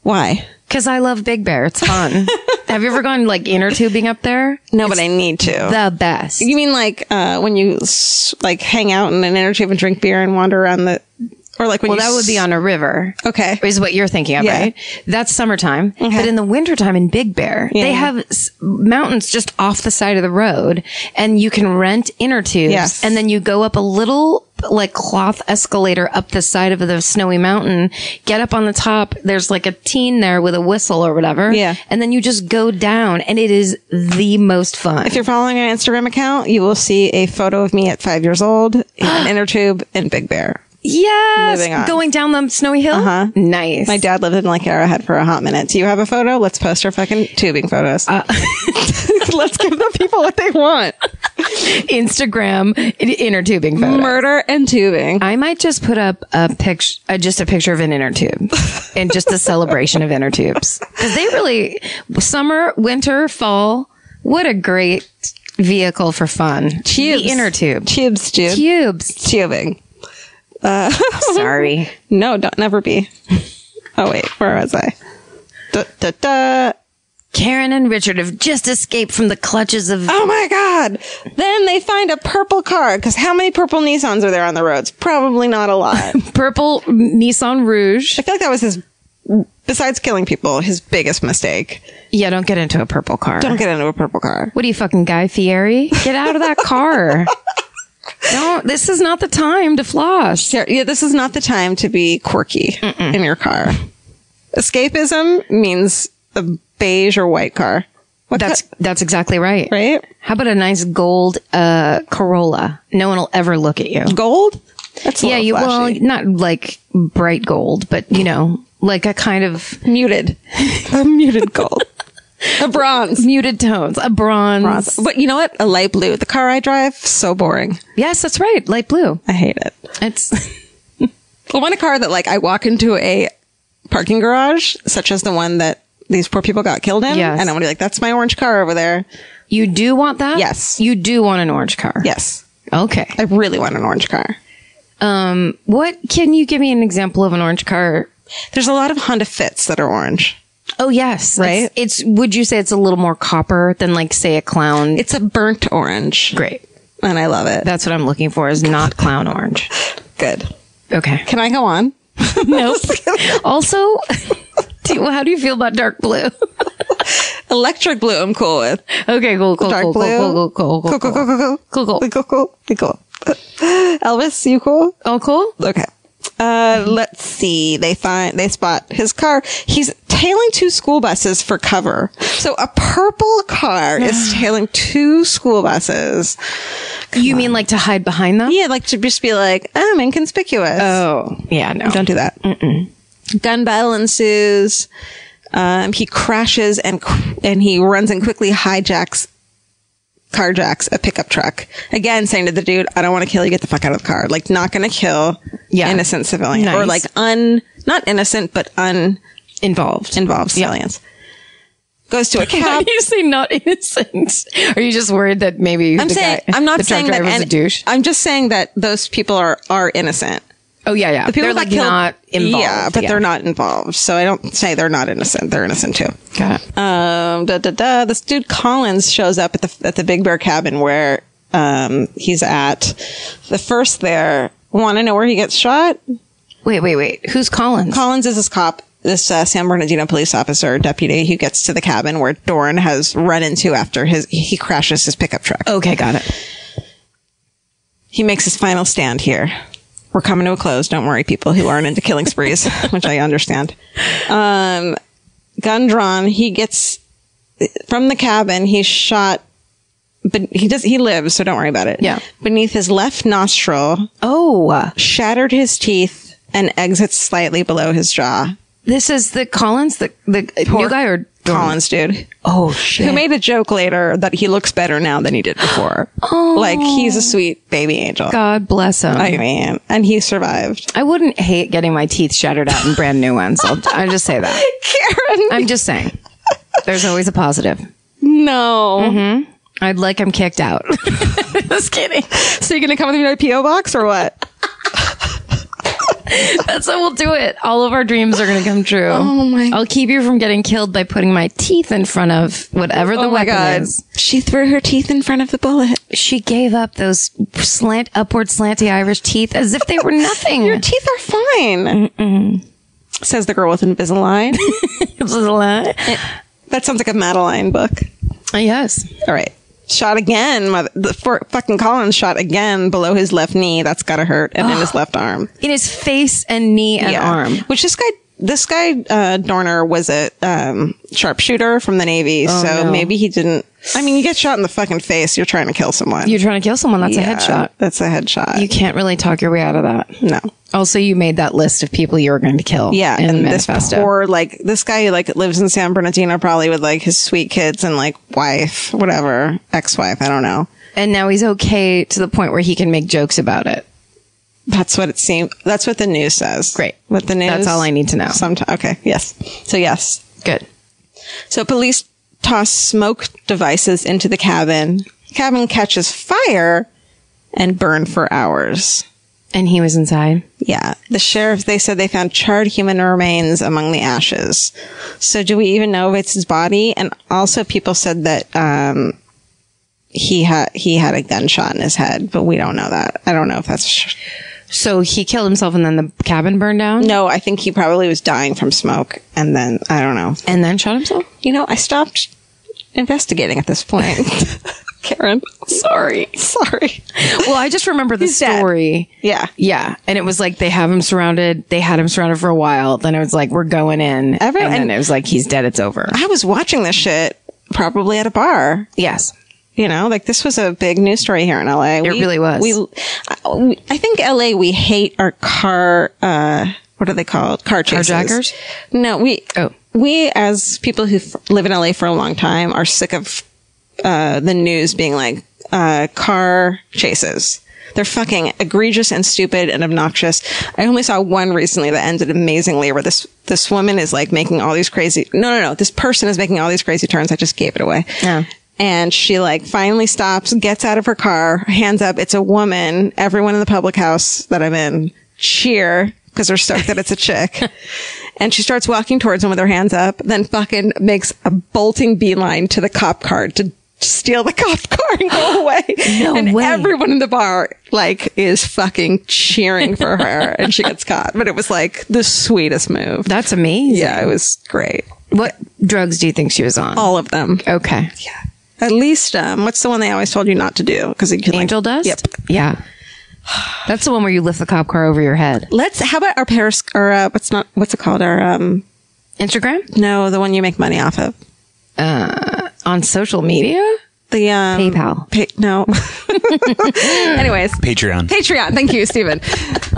S1: Why?
S2: Because I love Big Bear. It's fun. Have you ever gone like inner tubing up there?
S1: No, but I need to.
S2: The best.
S1: You mean like uh, when you s- like hang out in an inner tube and drink beer and wander around the, or like when
S2: well,
S1: you
S2: that would be
S1: s-
S2: on a river.
S1: Okay.
S2: Is what you're thinking of,
S1: Yeah.
S2: right? That's summertime. But in the wintertime in Big Bear, they have s- mountains just off the side of the road and you can rent inner tubes.
S1: Yes.
S2: And then you go up a little like cloth escalator up the side of the snowy mountain, get up on the top. There's like a teen there with a whistle or whatever.
S1: Yeah.
S2: And then you just go down and it is the most fun.
S1: If you're following my Instagram account, you will see a photo of me at five years old in an inner tube in Big Bear.
S2: Yes.
S1: Moving on.
S2: Going down the snowy hill. Uh-huh. Nice.
S1: My dad lived in like Arrowhead for a hot minute. Do you have a photo? Let's post our fucking tubing photos.
S2: Uh,
S1: Let's give the people what they want.
S2: Instagram in- inner tubing photo.
S1: Murder and tubing.
S2: I might just put up a picture, uh, just a picture of an inner tube and just a celebration of inner tubes. Cause they really, summer, winter, fall, what a great vehicle for fun.
S1: Tubes.
S2: The inner tube.
S1: Tubes, dude.
S2: Tubes.
S1: Tubing. Uh,
S2: Sorry.
S1: No, don't never be. Oh wait, where was I? Da, da, da.
S2: Karen and Richard have just escaped from the clutches of
S1: Oh my god! Then they find a purple car because how many purple Nissans are there on the roads? Probably not a lot. I
S2: purple Nissan Rouge.
S1: feel like that was his. Besides killing people, his biggest mistake.
S2: Yeah, don't get into a purple car.
S1: Don't get into a purple car.
S2: What are you fucking Guy Fieri? Get out of that car. Don't. This is not the time to floss.
S1: Ter- Yeah, this is not the time to be quirky in your car. Escapism means a beige or white car. What
S2: That's
S1: co-
S2: that's exactly right.
S1: right.
S2: How about a nice gold uh, Corolla? No one will ever look at you.
S1: Gold. That's a
S2: Yeah,
S1: little
S2: you well,
S1: flashy.
S2: not like bright gold, but you know, like a kind of
S1: muted. a muted gold. A bronze.
S2: muted tones, a bronze.
S1: Bronze. But you know what? A light blue. The car I drive, so boring.
S2: Yes, that's right, light blue.
S1: I hate it.
S2: It's
S1: I want a car that like I walk into a parking garage, such as the one that these poor people got killed in.
S2: Yes.
S1: And I want to be like, that's my orange car over there.
S2: you do want that.
S1: Yes.
S2: you do want an orange car.
S1: Yes.
S2: Okay.
S1: I really want an orange car.
S2: Um, what can you give me an example of an orange car
S1: There's a lot of Honda Fits that are orange.
S2: Oh yes,
S1: Right?
S2: It's, it's- would you say it's a little more copper than like say a clown?
S1: It's a burnt orange.
S2: great.
S1: And I love it.
S2: That's what I'm looking for is not clown orange.
S1: Good.
S2: Okay.
S1: Can I go on?
S2: Nope. also, do you- how do you feel about dark blue?
S1: Electric blue, I'm cool with.
S2: okay, cool, cool,
S1: Dark
S2: cool, cool,
S1: blue.
S2: cool, cool, cool, cool,
S1: Cool, cool, cool,
S2: cool, cool.
S1: Be cool, cool, be cool. Elvis, you cool?
S2: All cool.
S1: Okay. Uh, let's see. They find they spot his car. He's tailing two school buses for cover. So a purple car is tailing two school buses.
S2: you mean like to hide behind them?
S1: Yeah, like to just be like, I'm inconspicuous.
S2: Oh, yeah. No.
S1: Don't do that. Gun battle ensues. Um, he crashes and cr- and he runs and quickly hijacks, carjacks a pickup truck. Again, saying to the dude, "I don't want to kill you. Get the fuck out of the car. Like, not going to kill
S2: Yeah.
S1: innocent civilians or like
S2: Nice.
S1: un not innocent but un
S2: Involved.
S1: involved civilians." Goes to a
S2: How
S1: cab.
S2: do you say not innocent? Are you just worried that maybe
S1: I'm
S2: the
S1: saying
S2: guy-
S1: I'm not
S2: the truck
S1: saying that
S2: driver's
S1: any-
S2: a douche?
S1: I'm just saying that those people are are innocent.
S2: Oh yeah, yeah.
S1: The people
S2: they're
S1: that
S2: like
S1: killed-
S2: not involved.
S1: Yeah, but they're not involved. So I don't say they're not innocent. They're innocent too.
S2: Got it.
S1: Um, da, da, da. This dude Collins shows up at the at the Big Bear cabin where um, he's at. The first there, want to know where he gets shot?
S2: Wait, wait, wait. Who's Collins?
S1: Collins is this cop, this uh, San Bernardino police officer deputy who gets to the cabin where Doran has run into after his he crashes his pickup truck.
S2: okay, got it.
S1: He makes his final stand here. We're coming to a close. Don't worry, people who aren't into killing sprees, which I understand. Um, gun drawn. He gets from the cabin. He's shot, but he does. He lives, so don't worry about it.
S2: Yeah.
S1: Beneath his left nostril,
S2: Oh.
S1: shattered his teeth and exits slightly below his jaw.
S2: This is the Collins, the the new guy or
S1: Collins, dude.
S2: Oh shit!
S1: Who made a joke later that he looks better now than he did before.
S2: Oh.
S1: Like, he's a sweet baby angel.
S2: God bless him.
S1: I
S2: I,
S1: mean, and he survived.
S2: wouldn't hate getting my teeth shattered out and brand new ones. I'll, I'll just say that.
S1: Karen,
S2: I'm just saying. There's always a positive. Mm-hmm.
S1: no.
S2: I'd like him kicked out.
S1: Just kidding. So you're gonna come with me to a PO box or what?
S2: That's how we'll do it. All of our dreams are going to come true. Oh my! I'll keep you from getting killed by putting my teeth in front of whatever
S1: Oh
S2: the weapon is.
S1: She threw her teeth in front of the bullet.
S2: She gave up those slant upward slanty Irish teeth as if they were nothing.
S1: Your teeth are fine. Says the girl with Invisalign. that sounds like a Madeline book.
S2: yes.
S1: All right. Shot again. Mother, the for, fucking Collins shot again below his left knee. That's gotta hurt. And in his left arm.
S2: In his face and knee and arm.
S1: Which this guy, this guy uh, Dorner was a um, sharpshooter from the Navy,
S2: Oh,
S1: so maybe he didn't. I mean, you get shot in the fucking face, you're trying to kill someone.
S2: You're trying to kill someone. That's
S1: Yeah,
S2: a headshot.
S1: That's a headshot.
S2: You can't really talk your way out of that.
S1: no.
S2: Also, you made that list of people you were going to kill.
S1: Yeah,
S2: in
S1: and this
S2: manifesto.
S1: poor like this guy like lives in San Bernardino probably with like his sweet kids and like wife, whatever, ex-wife, I don't know.
S2: and now he's okay to the point where he can make jokes about it.
S1: That's what it seemed. That's what the news says.
S2: Great.
S1: What the news?
S2: That's all I need to know.
S1: Sometime. Okay. Yes. So yes,
S2: Good.
S1: So police toss smoke devices into the cabin. Cabin catches fire and burn for hours.
S2: And he was inside.
S1: Yeah. The sheriff, they said they found charred human remains among the ashes. So do we even know if it's his body? And also people said that, um, he had, he had a gunshot in his head, but we don't know that. I don't know if that's, sh-
S2: So he killed himself, and then the cabin burned down.
S1: no, I think he probably was dying from smoke. And then I don't know.
S2: And then shot himself.
S1: You know, I stopped investigating at this point. Karen, sorry. Sorry.
S2: Well, I just remember the
S1: He's dead.
S2: story.
S1: Yeah.
S2: Yeah, and it was like they have him surrounded. They had him surrounded for a while. Then it was like we're going in,
S1: Every-
S2: and then
S1: and-
S2: it was like he's dead. It's over.
S1: I was watching this shit probably at a bar.
S2: Yes,
S1: You know, like this was a big news story here in LA. It
S2: really was.
S1: We, I- we- I think LA, we hate our car, uh, what are they called? Car chases.
S2: Carjackers?
S1: No, we,
S2: Oh.
S1: we as people who f- live in LA for a long time are sick of, uh, the news being like, uh, car chases. They're fucking egregious and stupid and obnoxious. I only saw one recently that ended amazingly where this, this woman is like making all these crazy, no, no, no, this person is making all these crazy turns. I just gave it away.
S2: Yeah.
S1: And she like finally stops, gets out of her car, hands up. It's a woman. Everyone in the public house that I'm in cheer because they're stoked that it's a chick. And she starts walking towards him with her hands up, then fucking makes a bolting beeline to the cop car to steal the cop car and go away. and
S2: way.
S1: everyone in the bar like is fucking cheering for her and she gets caught. But it was like the sweetest move.
S2: that's amazing.
S1: yeah, it was great.
S2: What drugs do you think she was on?
S1: All of them.
S2: Okay.
S1: At least, um, what's the one they always told you not to do? Because it can like-
S2: Angel dust?
S1: Yep.
S2: Yeah. That's the one where you lift the cop car over your head.
S1: Let's. How about our Paris or uh, what's not what's it called? Our um,
S2: Instagram?
S1: no, the one you make money off of. Uh,
S2: On social media?
S1: The um,
S2: PayPal.
S1: Pa- no. Anyways,
S5: Patreon.
S1: Patreon. Thank you, Stephen.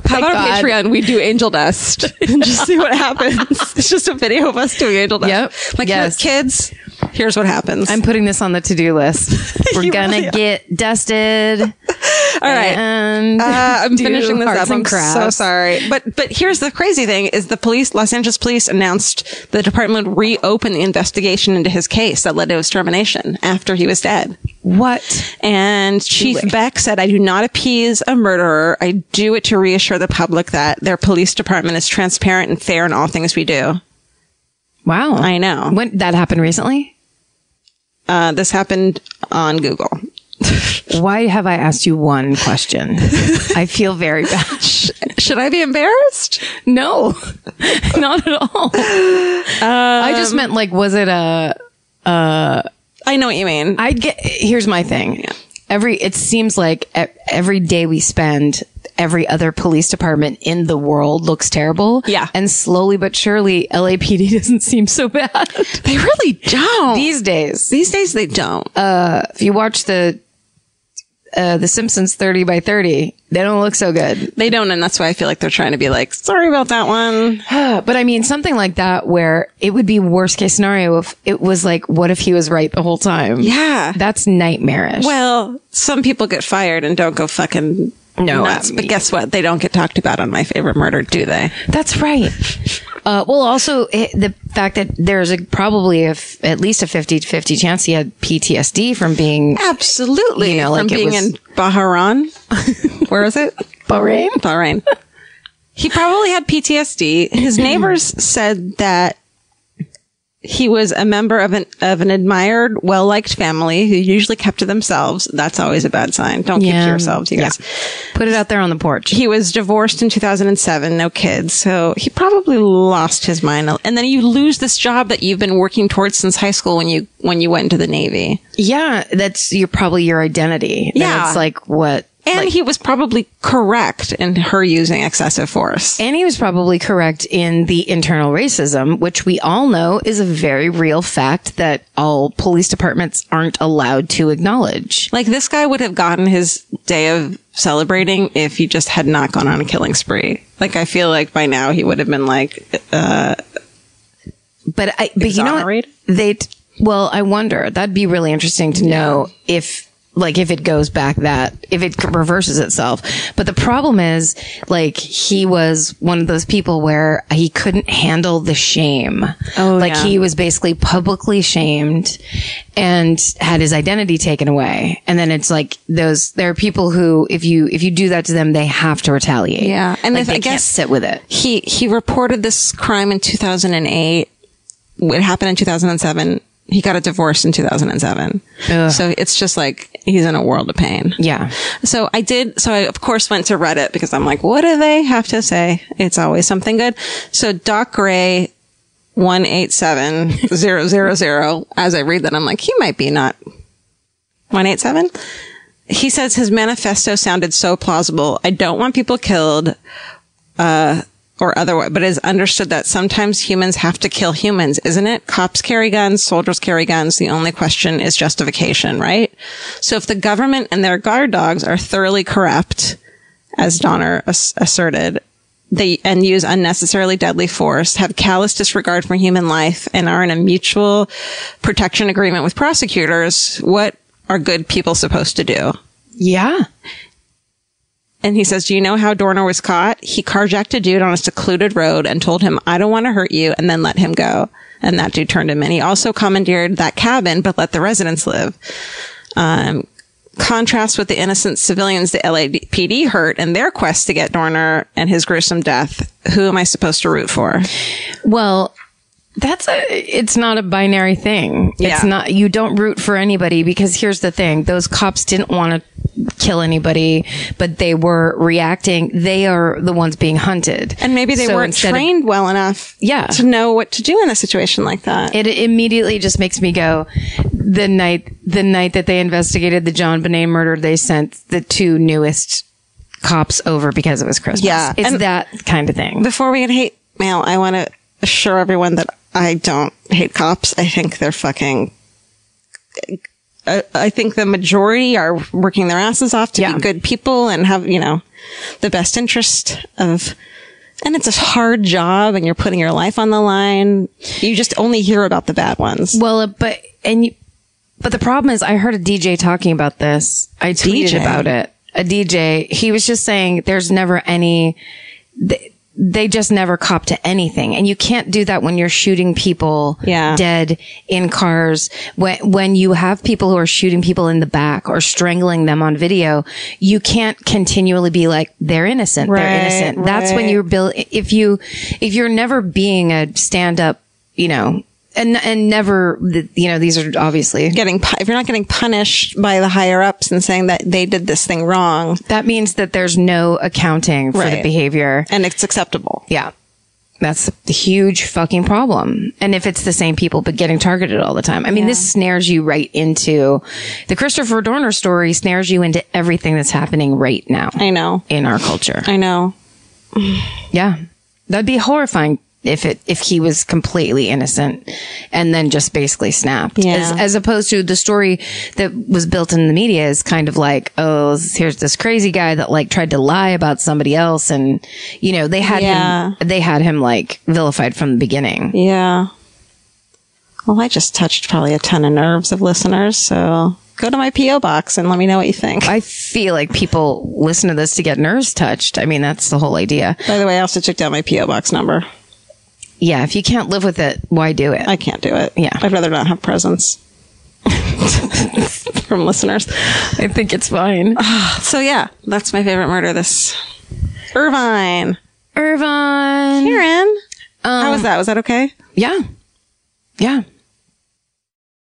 S1: How about on Patreon? We do angel dust and just see what happens. It's just a video of us doing angel dust.
S2: Yep.
S1: Like
S2: Yes.
S1: yes. kids, here's what happens.
S2: I'm putting this on the to-do list. We're
S1: You
S2: gonna
S1: really are.
S2: get dusted.
S1: All right.
S2: And
S1: Uh, I'm
S2: do
S1: finishing this
S2: arts
S1: up.
S2: and
S1: I'm so
S2: crafts.
S1: sorry. But but here's the crazy thing: is the police, Los Angeles police, announced the department would reopen the investigation into his case that led to his termination after he was dead.
S2: What?
S1: And Chief Beck said, "I do not appease a murderer. I do it to reassure the public that their police department is transparent and fair in all things we do."
S2: Wow.
S1: I know.
S2: When that happened recently?
S1: Uh, this happened on Google.
S2: Why have I asked you one question? I feel very bad.
S1: Should I be embarrassed?
S2: No, not at all. I just
S1: Um,
S2: meant like, was it a
S1: I know what you mean.
S2: I get. Here's my thing. Every it seems like e- every day we spend, every other police department in the world looks terrible.
S1: Yeah.
S2: and slowly but surely, LAPD doesn't seem so bad
S1: they really don't. These,
S2: these days.
S1: Uh, these days, they don't.
S2: If you watch the uh, The Simpsons 30 by 30. They don't look so good.
S1: They don't, and that's why I feel like they're trying to be like, sorry about that one.
S2: Uh, But I mean, something like that where it would be worst case scenario if it was like, what if he was right the whole time?
S1: Yeah.
S2: That's nightmarish.
S1: Well, some people get fired and don't go fucking
S2: No,
S1: nuts.
S2: I
S1: but
S2: mean-
S1: guess what? They don't get talked about on My Favorite Murder, do they?
S2: That's right. Uh, well, also it, the fact that there's a, probably a f at least a 50-50 chance he had PTSD from being
S1: Absolutely.
S2: You know, like
S1: From
S2: it
S1: being
S2: was-
S1: in Bahrain. Where is it?
S2: Bahrain.
S1: Bahrain. He probably had PTSD.
S2: Hmm.
S1: His neighbors said that he was a member of an of an admired, well liked family who usually kept to themselves. That's always a bad sign. Don't keep
S2: Yeah.
S1: to yourselves, you guys.
S2: Put it out there on the porch.
S1: He was divorced in 2007, no kids. So he probably lost his mind. And then you lose this job that you've been working towards since high school when you when you went into the Navy.
S2: yeah, that's your probably your identity. Then
S1: Yeah.
S2: it's like what.
S1: And he was probably correct in her using excessive force.
S2: And he was probably correct in the internal racism, which we all know is a very real fact that all police departments aren't allowed to acknowledge.
S1: Like this guy would have gotten his day of celebrating if he just had not gone on a killing spree. Like I feel like by now he would have been like, uh,
S2: But I, but you know, what?
S1: Exonerated?
S2: they. Well, I wonder. That'd be really interesting to know if, like, if it goes back that, if it reverses itself. But the problem is, like, he was one of those people where he couldn't handle the shame. Oh, like he was basically publicly shamed and had his identity taken away. And then it's like those. There are people who, if you if you do that to them, they have to retaliate.
S1: Yeah. And
S2: and like,
S1: if-
S2: they
S1: I
S2: I can't
S1: guess-
S2: sit with it.
S1: he he reported this crime in 2008. It happened in 2007. He got a divorce in 2007. So it's just like he's in a world of pain.
S2: Yeah.
S1: So I did. So I of course went to Reddit because I'm like, what do they have to say? It's always something good. So Doc Gray. One eight seven zero zero zero. As I read that, I'm like, he might be not one eight seven. He says his manifesto sounded so plausible. I don't want people killed or otherwise, but it is understood that sometimes humans have to kill humans, isn't it? Cops carry guns, soldiers carry guns. The only question is justification, right? So if the government and their guard dogs are thoroughly corrupt, as Donner ass- asserted, they and use unnecessarily deadly force, have callous disregard for human life, and are in a mutual protection agreement with prosecutors. What are good people supposed to do?
S2: Yeah.
S1: And he says, Do you know how Dorner was caught? He carjacked a dude on a secluded road and told him, I don't want to hurt you, and then let him go. And that dude turned him in. He also commandeered that cabin, but let the residents live. Um, contrast with the innocent civilians the LAPD hurt in their quest to get Dorner and his gruesome death. Who am I supposed to root for?
S2: Well, that's a, it's not a binary thing. It's
S1: Yeah.
S2: not, you don't root for anybody because here's the thing. Those cops didn't want to kill anybody, but they were reacting. They are the ones being hunted.
S1: And maybe they
S2: So
S1: weren't
S2: instead of-
S1: trained well enough
S2: Yeah.
S1: to know what to do in a situation like that.
S2: it immediately just makes me go the night, the night that they investigated the John Bonet murder, they sent the two newest cops over because it was Christmas.
S1: Yeah.
S2: It's
S1: And-
S2: that kind of thing.
S1: before we get hate mail, I want to assure everyone that I don't hate cops. I think they're fucking. I, I think the majority are working their asses off to
S2: Yeah.
S1: be good people and have you know the best interest of. And it's a hard job, and you're putting your life on the line. You just only hear about the bad ones.
S2: Well, uh, but and you, but the problem is, I heard a DJ talking about this. I tweeted
S1: DJ?
S2: about it. A DJ, he was just saying there's never any. They, they just never cop to anything, and you can't do that when you're shooting people
S1: Yeah.
S2: dead in cars. When when you have people who are shooting people in the back or strangling them on video, you can't continually be like they're innocent.
S1: Right,
S2: they're innocent. That's when you're build if you if you're never being a stand up, you know, and and never th- you know these are obviously
S1: Getting pu- if you're not getting punished by the higher ups and saying that they did this thing wrong
S2: that means that there's no accounting for
S1: Right.
S2: the behavior.
S1: and it's acceptable.
S2: Yeah. That's a huge fucking problem. And if it's the same people, but getting targeted all the time. I mean, this snares you right into the Christopher Dorner story snares you into everything that's happening right now
S1: I know.
S2: in our culture.
S1: I know.
S2: Yeah. That'd be horrifying if it if he was completely innocent and then just basically snapped
S1: Yeah.
S2: as, as opposed to the story that was built in the media is kind of like oh here's this crazy guy that like tried to lie about somebody else and you know they had
S1: Yeah.
S2: him they had him like vilified from the beginning
S1: Yeah. Well, I just touched probably a ton of nerves of listeners, so go to my P.O. box and let me know what you think.
S2: I feel like people listen to this to get nerves touched. I mean, that's the whole idea.
S1: By the way, I also took down my P.O. box number.
S2: Yeah, if you can't live with it, why do it?
S1: I can't do it.
S2: Yeah.
S1: I'd rather not have presents from listeners.
S2: I think it's fine.
S1: So, yeah, that's my favorite murder this. Irvine.
S2: Irvine.
S1: Karen. How
S2: Um,
S1: was that? Was that okay?
S2: Yeah. Yeah.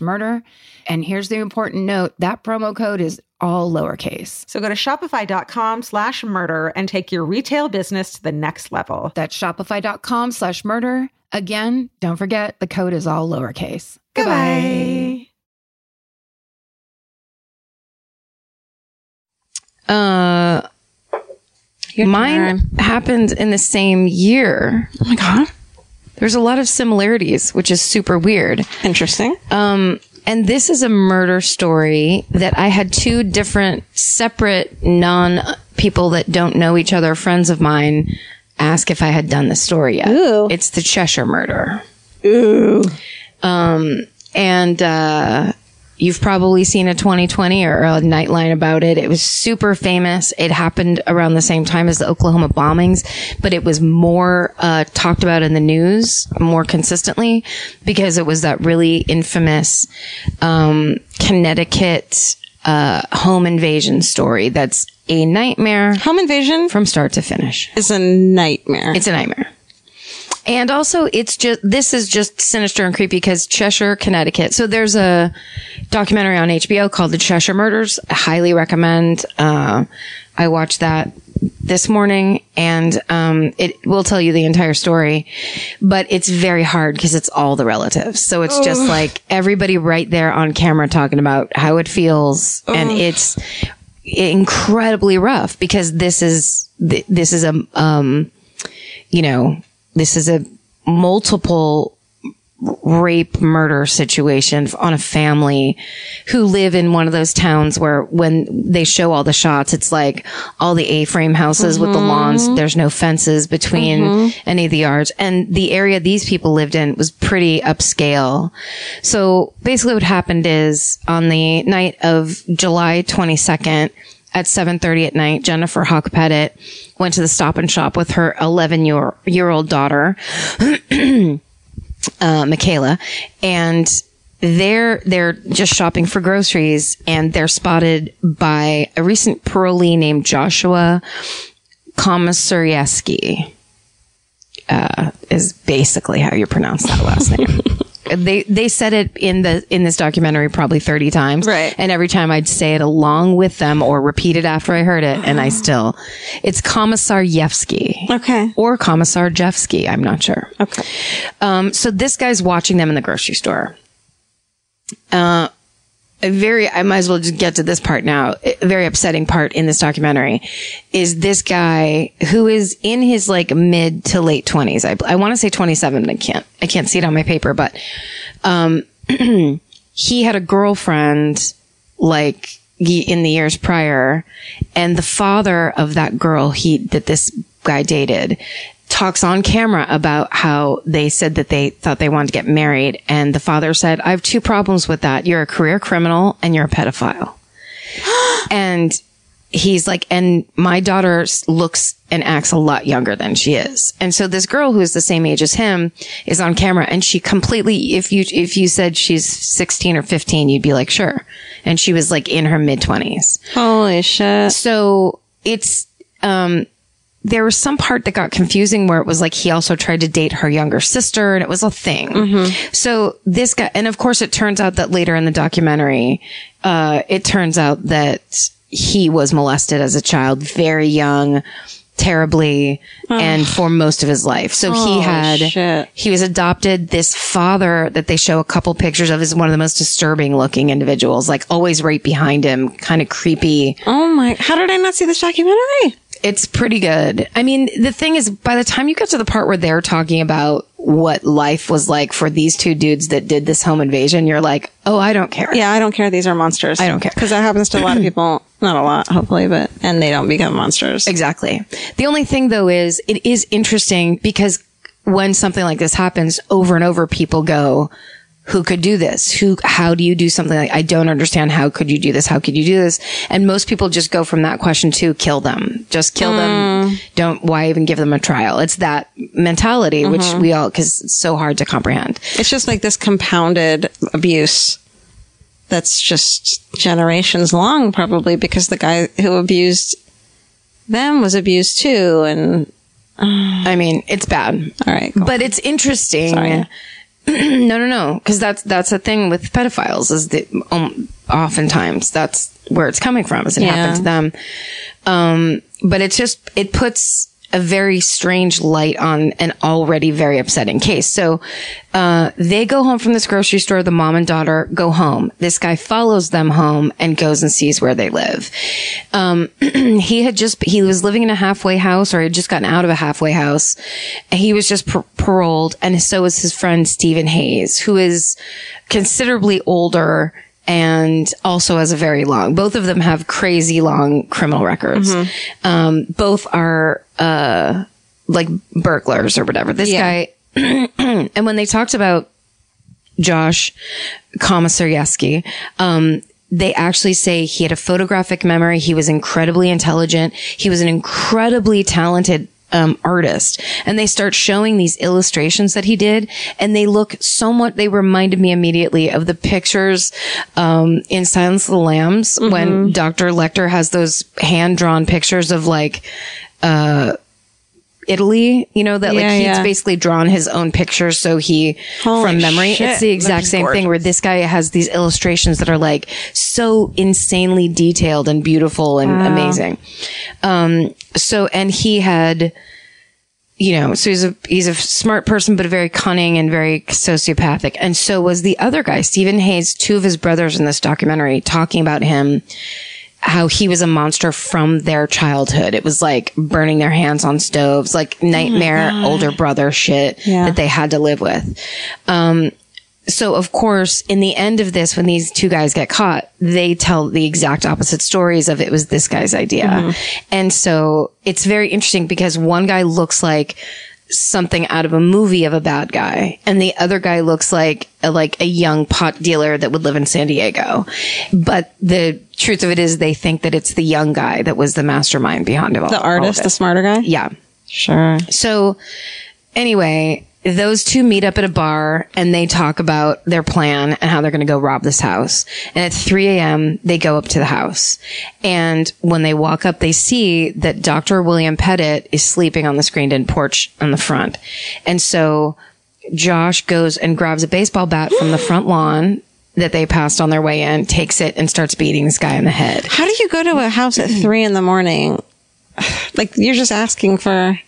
S3: murder. And here's the important note that promo code is all lowercase.
S4: So go to shopify.com slash murder and take your retail business to the next level.
S3: That's shopify.com slash murder. Again, don't forget the code is all lowercase.
S4: Goodbye.
S2: Uh,
S1: Your turn.
S2: mine happened in the same year.
S1: Oh my God.
S2: There's a lot of similarities, which is super weird.
S1: Interesting.
S2: Um, and this is a murder story that I had two different, separate, non uh, people that don't know each other, friends of mine, ask if I had done the story yet.
S1: Ooh.
S2: It's the Cheshire murder.
S1: Ooh.
S2: Um, and uh, you've probably seen a 2020 or a Nightline about it. It was super famous. It happened around the same time as the Oklahoma bombings, but it was more uh, talked about in the news more consistently because it was that really infamous um, Connecticut uh, home invasion story that's a nightmare
S1: Home invasion
S2: from start to finish.
S1: is a nightmare.
S2: It's a nightmare. And also, it's just this is just sinister and creepy because Cheshire, Connecticut. So there's a documentary on HBO called The Cheshire Murders. I highly recommend. Uh, I watched that this morning, and um, it will tell you the entire story. But it's very hard because it's all the relatives. So it's just like everybody right there on camera talking about how it feels, and it's incredibly rough because this is th- this is a um you know this is a multiple rape murder situation f- on a family who live in one of those towns where when they show all the shots it's like all the a-frame houses with the lawns there's no fences between any of the yards and the area these people lived in was pretty upscale so basically what happened is on the night of july 22nd at 7.30 at night jennifer hawk pettit went to the stop and shop with her 11 year, year old daughter uh, Michaela, and they're they're just shopping for groceries, and they're spotted by a recent parolee named Joshua Komisarieski. Uh, is basically how you pronounce that last name. they they said it in the in this documentary probably thirty times,
S1: Right.
S2: And every time I'd say it along with them or repeat it after I heard it, and I still, it's Komisarevsky
S1: okay.
S2: or Commissar Jeffsky. I'm not sure.
S1: Okay.
S2: Um, so this guy's watching them in the grocery store. Uh, a very, I might as well just get to this part now. A very upsetting part in this documentary is this guy who is in his like mid to late twenties. I, I want to say 27. I can't, I can't see it on my paper, but, um, he had a girlfriend like ye- in the years prior, and the father of that girl he that this guy dated talks on camera about how they said that they thought they wanted to get married, and the father said, "I have two problems with that. You're a career criminal, and you're a pedophile." and he's like, and my daughter s- looks and acts a lot younger than she is. And so this girl who is the same age as him is on camera and she completely, if you, if you said she's 16 or 15, you'd be like, sure. And she was like in her mid twenties.
S1: Holy shit.
S2: So it's, um, there was some part that got confusing where it was like he also tried to date her younger sister and it was a thing. So this guy, and of course it turns out that later in the documentary, uh, it turns out that he was molested as a child, very young, terribly, and for most of his life. So he had,
S1: shit.
S2: he was adopted. This father that they show a couple pictures of is one of the most disturbing looking individuals, like always right behind him, kind of creepy
S1: Oh my, how did I not see this documentary?
S2: it's pretty good. I mean, the thing is, by the time you get to the part where they're talking about what life was like for these two dudes that did this home invasion, you're like, oh, I don't care.
S1: Yeah, I don't care. These are monsters. I
S2: don't care.
S1: Because that happens to a lot of people. Not a lot, hopefully, but, and they don't become monsters.
S2: Exactly. The only thing though is it is interesting because when something like this happens over and over, people go, who could do this? Who, how do you do something like, I don't understand. How could you do this? How could you do this? And most people just go from that question to kill them. Just kill them. Don't, why even give them a trial? It's that mentality, which we all, cause it's so hard to comprehend.
S1: It's just like this compounded abuse that's just generations long, probably, because the guy who abused them was abused too. And,
S2: I mean, it's bad.
S1: all right. But
S2: but it's interesting. no, no, no, because that's that's a thing with pedophiles is that um, oftentimes that's where it's coming from. Is it happened to them? Um, but it's just it puts a very strange light on an already very upsetting case. So uh, they go home from this grocery store. The mom and daughter go home. This guy follows them home and goes and sees where they live. Um, he had just he was living in a halfway house, or had just gotten out of a halfway house. He was just par- paroled, and so was his friend Stephen Hayes, who is considerably older and also has a very long. Both of them have crazy long criminal records. Um, both are uh, like burglars or whatever. This guy, and when they talked about Josh Komisaryeski, um, they actually say he had a photographic memory. He was incredibly intelligent. He was an incredibly talented um, artist. And they start showing these illustrations that he did, and they look so much. They reminded me immediately of the pictures um, in Silence of the Lambs
S1: Mm-hmm.
S2: when Dr. Lecter has those hand drawn pictures of like. Uh, Italy, you know, that like
S1: Yeah,
S2: he's
S1: yeah.
S2: basically drawn his own pictures. So he,
S1: Holy
S2: from memory,
S1: shit.
S2: it's the exact same thing where this guy has these illustrations that are like so insanely detailed and beautiful and amazing. Um, so, and he had, you know, so he's a, he's a smart person, but very cunning and very sociopathic. And so was the other guy, Stephen Hayes, two of his brothers in this documentary talking about him how he was a monster from their childhood. It was like burning their hands on stoves,
S1: Oh
S2: like nightmare older brother shit that they had to live with. Um, so of course, in the end of this, when these two guys get caught, they tell the exact opposite stories of it was this guy's idea.
S1: Mm-hmm.
S2: And so it's very interesting because one guy looks like something out of a movie of a bad guy and the other guy looks like a, like a young pot dealer that would live in San Diego. But the truth of it is they think that it's the young guy that was the mastermind behind it all.
S1: the artist, the smarter guy?
S2: Yeah.
S1: Sure.
S2: So anyway, those two meet up at a bar and they talk about their plan and how they're going to go rob this house. And at 3 a.m., they go up to the house. And when they walk up, they see that Dr. William Pettit is sleeping on the screened in porch on the front. And so Josh goes and grabs a baseball bat from the front lawn that they passed on their way in, takes it and starts beating this guy in the head.
S1: How do you go to a house at three in the morning? Like you're just asking for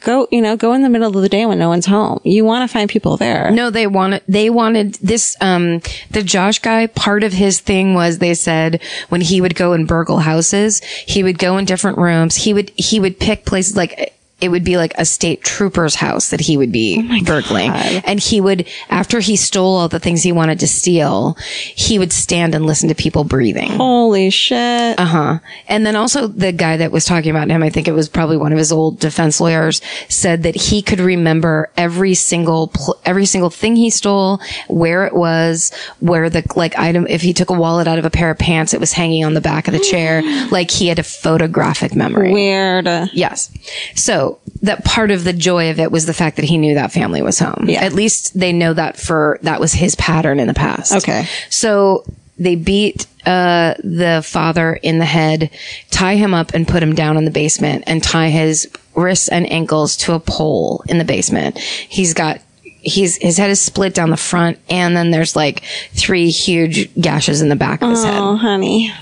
S1: go, you know, go in the middle of the day when no one's home. You want to find people there.
S2: No, they wanted they wanted this um the Josh guy part of his thing was they said when he would go and burgle houses, he would go in different rooms, he would he would pick places like it would be like a state trooper's house that he would be burgling. And he would, after he stole all the things he wanted to steal, he would stand and listen to people breathing.
S1: Holy shit.
S2: Uh-huh. And then also the guy that was talking about him, I think it was probably one of his old defense lawyers, said that he could remember every single pl- every single thing he stole, where it was, where the like item if he took a wallet out of a pair of pants, it was hanging on the back of the chair, like he had a photographic memory.
S1: Weird.
S2: Yes. So that part of the joy of it was the fact that he knew that family was home.
S1: Yeah.
S2: At least they know that for that was his pattern in the past.
S1: Okay.
S2: So they beat uh, the father in the head, tie him up and put him down in the basement and tie his wrists and ankles to a pole in the basement. He's got he's his head is split down the front and then there's like three huge gashes in the back of his head.
S1: Oh, honey.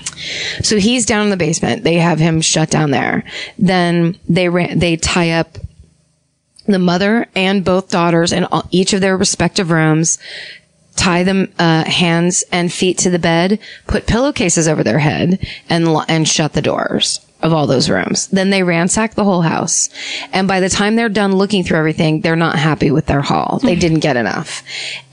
S2: So he's down in the basement. They have him shut down there. Then they ran, they tie up the mother and both daughters in all, each of their respective rooms, tie them uh, hands and feet to the bed, put pillowcases over their head, and lo- and shut the doors of all those rooms. Then they ransack the whole house. And by the time they're done looking through everything, they're not happy with their haul. They didn't get enough.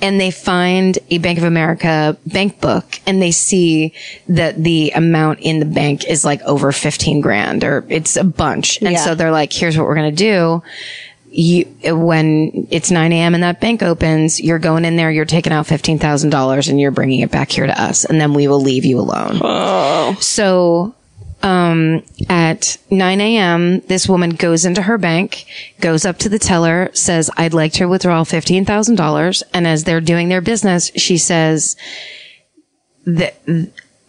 S2: And they find a Bank of America bank book and they see that the amount in the bank is like over 15 grand or it's a bunch. And
S1: Yeah.
S2: so they're like, here's what we're going to do you when it's 9 a.m. and that bank opens, you're going in there, you're taking out fifteen thousand dollars, and you're bringing it back here to us, and then we will leave you alone. So, um, at 9 a.m., this woman goes into her bank, goes up to the teller, says, "I'd like to withdraw fifteen thousand dollars," and as they're doing their business, she says, "That."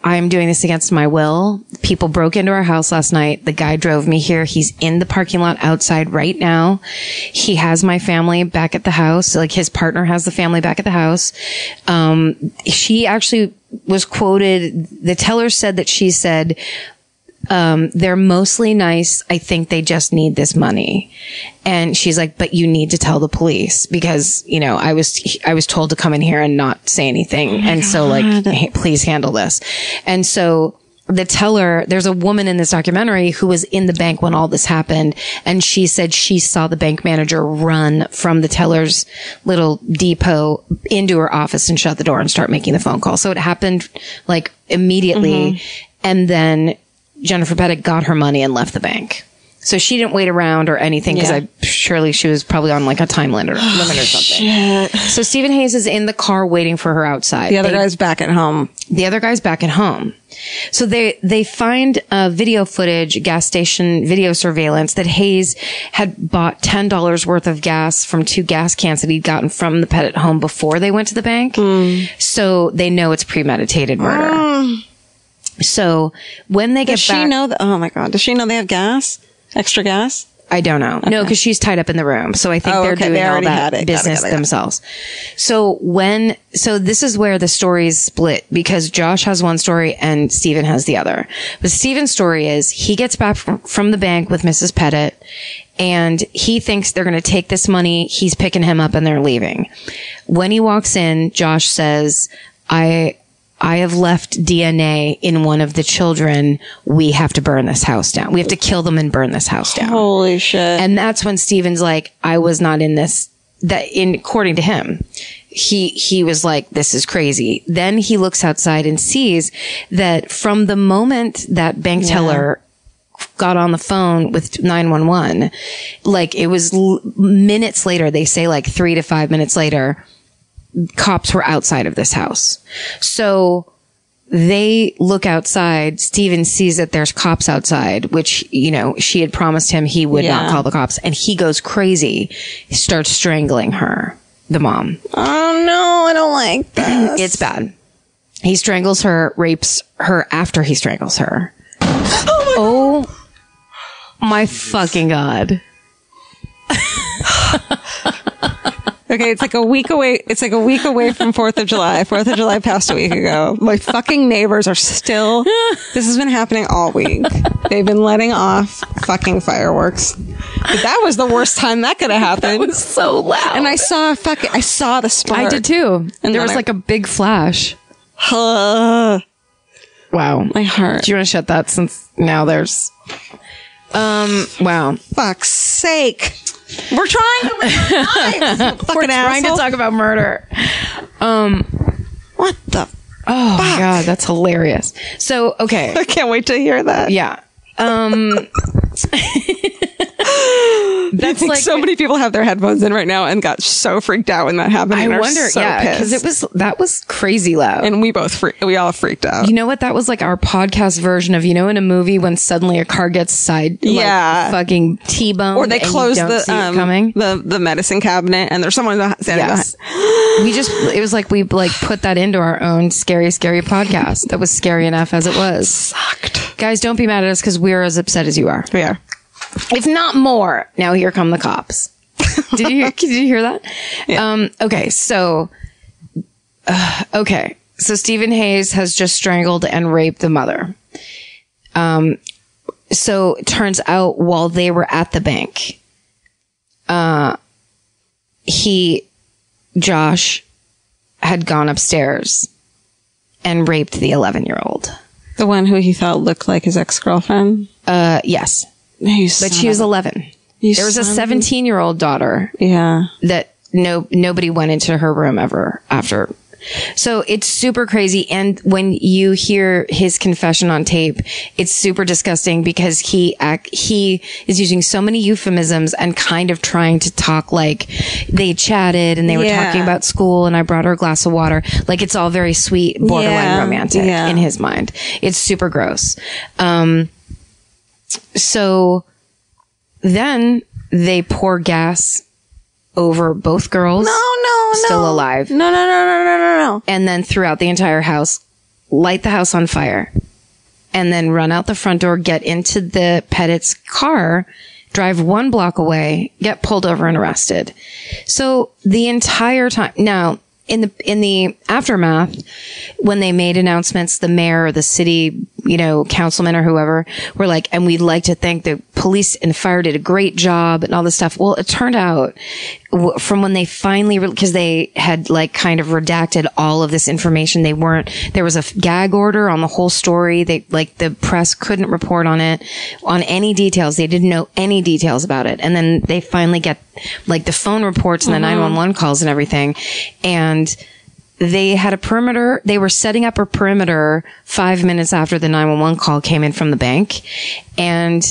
S2: I'm doing this against my will. People broke into our house last night. The guy drove me here. He's in the parking lot outside right now. He has my family back at the house. Like his partner has the family back at the house. Um, she actually was quoted. The teller said that she said, um, they're mostly nice. I think they just need this money. And she's like, but you need to tell the police because, you know, I was, I was told to come in here and not say anything. and so like, "Hey, please handle this. And so the teller, there's a woman in this documentary who was in the bank when all this happened. And she said she saw the bank manager run from the teller's little depot into her office and shut the door and start making the phone call. So it happened like immediately. And then Jennifer Pettit got her money and left the bank. So she didn't wait around or anything because I surely she was probably on like a time limit or,
S1: Oh,
S2: limit or something. So Stephen Hayes is in the car waiting for her outside.
S1: The other
S2: They-
S1: guy's back at home.
S2: the other guy's back at home. So they they find uh, video footage, gas station video surveillance that Hayes had bought ten dollars worth of gas from two gas cans that he'd gotten from the pet at home before they went to the bank.
S1: Hmm.
S2: So they know it's premeditated murder. So when they get
S1: Ah. Does she
S2: back,
S1: know that? Oh my God. Does she know they have gas? Extra gas?
S2: I don't know. No, because she's tied up in the room. So I think
S1: Oh,
S2: they're
S1: okay.
S2: doing
S1: They
S2: all
S1: already
S2: that
S1: had it. Got it,
S2: business
S1: got it, got it.
S2: themselves. So when, so this is where the stories split because Josh has one story and Steven has the other. But Steven's story is he gets back from, from the bank with Mrs. Pettit and he thinks they're going to take this money. He's picking him up and they're leaving. When he walks in, Josh says, I, I have left DNA in one of the children. We have to burn this house down. We have to kill them and burn this house down.
S1: Holy shit.
S2: And that's when Steven's like, I was not in this that in according to him. He he was like, This is crazy. Then he looks outside and sees that from the moment that bank teller got on the phone with 911 like it was l- minutes later they say like 3 to 5 minutes later cops were outside of this house so they look outside. Steven sees that there's cops outside, which, you know, she had promised him he would not
S1: Yeah.
S2: call the cops. And he goes crazy, He starts strangling her, the mom.
S1: oh no, I don't like that.
S2: It's bad. He strangles her, rapes her after he strangles her. Oh my, fucking God.
S1: Okay, it's like a week away. It's like a week away from Fourth of July. Fourth of July passed a week ago. My fucking neighbors are still. This has been happening all week. They've been letting off fucking fireworks. But that was the worst time that could have happened.
S2: So loud.
S1: and I saw a fucking. I saw the spark.
S2: I did too.
S1: And
S2: And there
S1: then
S2: was
S1: I-
S2: like a big flash.
S1: Ugh,
S2: Wow.
S1: my heart.
S2: Do you want to shut that since now there's Um, wow.
S1: Fuck's sake. We're trying to return lives. you Fucking
S2: We're trying
S1: asshole.
S2: to talk about murder. Um,
S1: What the?
S2: oh my god, that's hilarious. So, okay.
S1: I can't wait to hear that.
S2: Yeah. Um,
S1: I think
S2: like-
S1: so many people have their headphones in right now and got so freaked out when that happened.
S2: I
S1: and are
S2: wonder,
S1: so
S2: yeah, because it
S1: pissed.
S2: was that was crazy loud.
S1: and we both freak, we all freaked out.
S2: you know what? That was like our podcast version of you know in a movie when suddenly a car gets side
S1: Yeah.
S2: like, fucking t bone
S1: or they closed the um,
S2: coming.
S1: the the medicine cabinet, and there's someone behi- standing
S2: Yes.
S1: yes.
S2: we just it was like we like put that into our own scary scary podcast that was scary enough as it was.
S1: Sucked.
S2: Guys, don't be mad at us because we're as upset as you are.
S1: Yeah.
S2: if not more. Now here come the cops. did you did you hear that? Um, okay, so uh, okay, so Stephen Hayes has just strangled and raped the mother. Um, so it turns out while they were at the bank, uh, he Josh had gone upstairs and raped the eleven year old.
S1: The one who he thought looked like his ex girlfriend.
S2: Uh, yes, but she was eleven.
S1: You
S2: There was a
S1: son of a-
S2: seventeen year old daughter
S1: Yeah.
S2: that no nobody went into her room ever after. So it's super crazy. And when you hear his confession on tape, it's super disgusting because he ac- he is using so many euphemisms and kind of trying to talk like they chatted and they were
S1: Yeah.
S2: talking about school and I brought her a glass of water. Like it's all very sweet, borderline
S1: Yeah.
S2: romantic
S1: Yeah.
S2: in his mind. It's super gross. Um, so then they pour gas over both girls.
S1: Oh no, no.
S2: Still alive.
S1: No, no, no, no, no, no, no.
S2: And then throughout the entire house, light the house on fire. And then run out the front door, get into the Pettit's car, drive one block away, get pulled over and arrested. So the entire time now in the in the aftermath, when they made announcements, the mayor or the city, you know, councilman or whoever were like, and we'd like to thank the police and fire did a great job and all this stuff. Well, it turned out w- from when they finally, because they had like kind of redacted all of this information, they weren't, there was a f- gag order on the whole story. They, like, the press couldn't report on it, on any details. They didn't know any details about it. And then they finally get like the phone reports and the 911 calls and everything. And, they had a perimeter. They were setting up a perimeter five minutes after the 911 call came in from the bank. And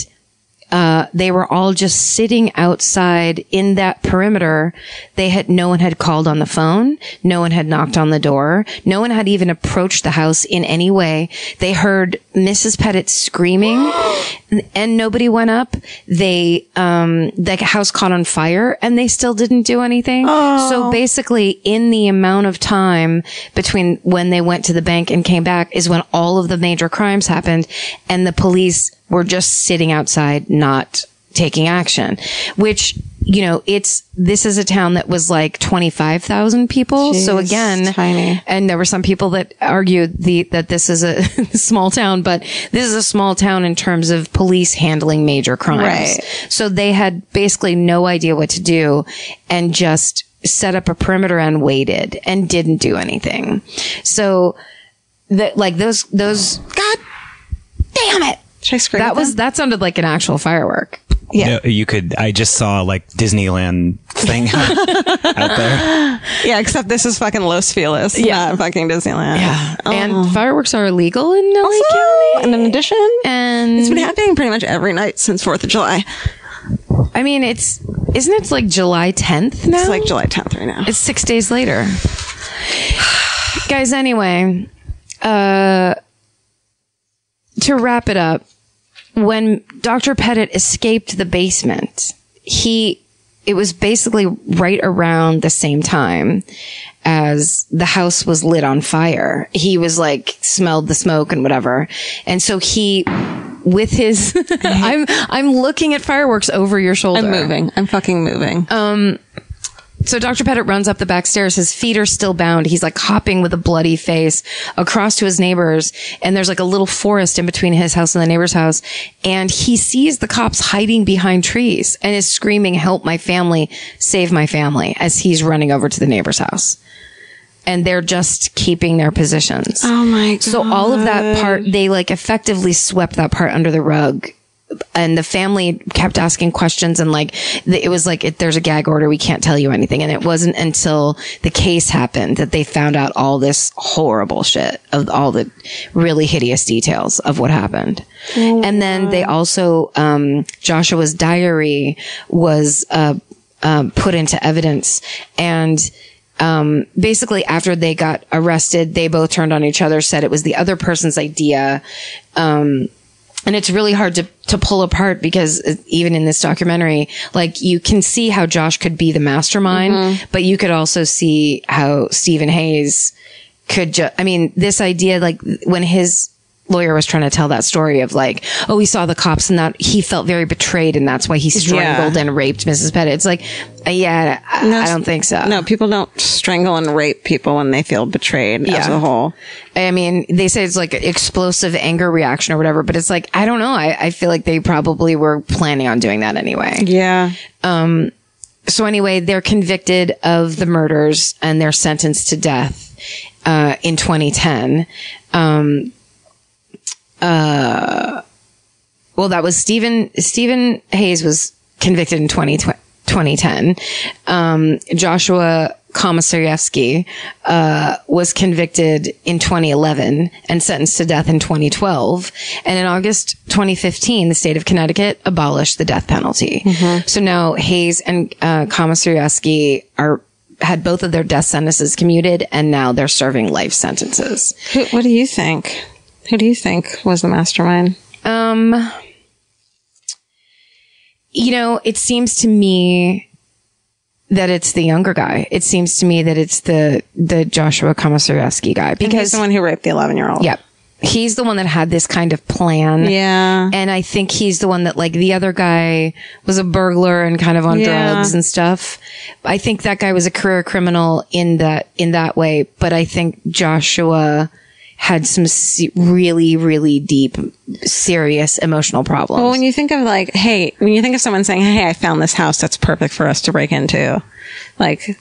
S2: uh, they were all just sitting outside in that perimeter. They had, no one had called on the phone. No one had knocked on the door. No one had even approached the house in any way. They heard Mrs. Pettit screaming and- and nobody went up. They, um, the house caught on fire and they still didn't do anything.
S1: Oh.
S2: So basically in the amount of time between when they went to the bank and came back is when all of the major crimes happened and the police were just sitting outside, not taking action, which, you know, it's, this is a town that was like 25,000 people. so
S1: Jeez,
S2: again,
S1: tiny.
S2: and there were some people that argued the, that this is a small town, but this is a small town in terms of police handling major crimes.
S1: Right.
S2: So they had basically no idea what to do and just set up a perimeter and waited and didn't do anything. So that, like those, those, God damn it.
S1: Should I scream
S2: That
S1: at
S2: was that sounded like an actual firework.
S1: Yeah.
S5: No, you could. I just saw like Disneyland thing out there.
S1: them? Yeah, except this is fucking Los Feliz. Yeah. Not fucking Disneyland. Oh, Yeah.
S2: And fireworks are illegal in LA
S1: Oh. Also,
S2: County.
S1: and in addition,
S2: And
S1: it's been happening pretty much every night since 4th of July.
S2: I mean, it's isn't it like July 10th now?
S1: It's like July 10th right now.
S2: It's six days later. Guys, anyway, uh, to wrap it up, when Dr. Pettit escaped the basement, he, it was basically right around the same time as the house was lit on fire. He was like, smelled the smoke and whatever. And so he, with his, I'm, I'm looking at fireworks over your shoulder.
S1: I'm moving. I'm fucking moving.
S2: So Dr. Pettit runs up the back stairs. His feet are still bound. He's like hopping with a bloody face across to his neighbors. And there's like a little forest in between his house and the neighbor's house. And he sees the cops hiding behind trees and is screaming, help my family, save my family as he's running over to the neighbor's house. And they're just keeping their positions.
S1: oh my god.
S2: So all of that part, they like effectively swept that part under the rug and the family kept asking questions and like the, it was like it, there's a gag order we can't tell you anything and it wasn't until the case happened that they found out all this horrible shit of all the really hideous details of what happened and then they also um, joshua's diary was uh, um, put into evidence and um, basically after they got arrested they both turned on each other said it was the other person's idea um, and it's really hard to, to pull apart because uh, even in this documentary, like you can see how Josh could be the mastermind, but you could also see how Stephen Hayes could ju- I mean, this idea, like when his lawyer was trying to tell that story of like, oh, he saw the cops and that he felt very betrayed and that's why he strangled and raped Mrs. Pettit. It's like, uh, yeah, I, I don't think so.
S1: No, people don't strangle and rape people when they feel betrayed as
S2: Yeah.
S1: a whole.
S2: I mean, they say it's like an explosive anger reaction or whatever, but it's like, I don't know. I, I feel like they probably were planning on doing that anyway.
S1: Yeah.
S2: So anyway, they're convicted of the murders and they're sentenced to death, uh, in 2010. Um, well, that was Stephen. Stephen Hayes was convicted in 20, 2010. Um, Joshua Komisarevsky, uh, was convicted in 2011 and sentenced to death in 2012. And in August 2015, the state of Connecticut abolished the death penalty. So now Hayes and, uh, Komisarevsky are, had both of their death sentences commuted and now they're serving life sentences.
S1: Who, what do you think? Who do you think was the mastermind?
S2: Um, you know, it seems to me that it's the younger guy. It seems to me that it's the the Joshua Komisarevsky guy
S1: Because
S2: because
S1: the one who raped the 11 year old.
S2: yep, he's the one that had this kind of plan.
S1: Yeah.
S2: Mm-hmm. And I think he's the one that like the other guy was a burglar and kind of on
S1: Yeah.
S2: drugs and stuff. I think that guy was a career criminal in that in that way, but I think Joshua had some se- really really deep serious emotional problems.
S1: Well, when you think of like, hey, when you think of someone saying, hey, I found this house that's perfect for us to break into, like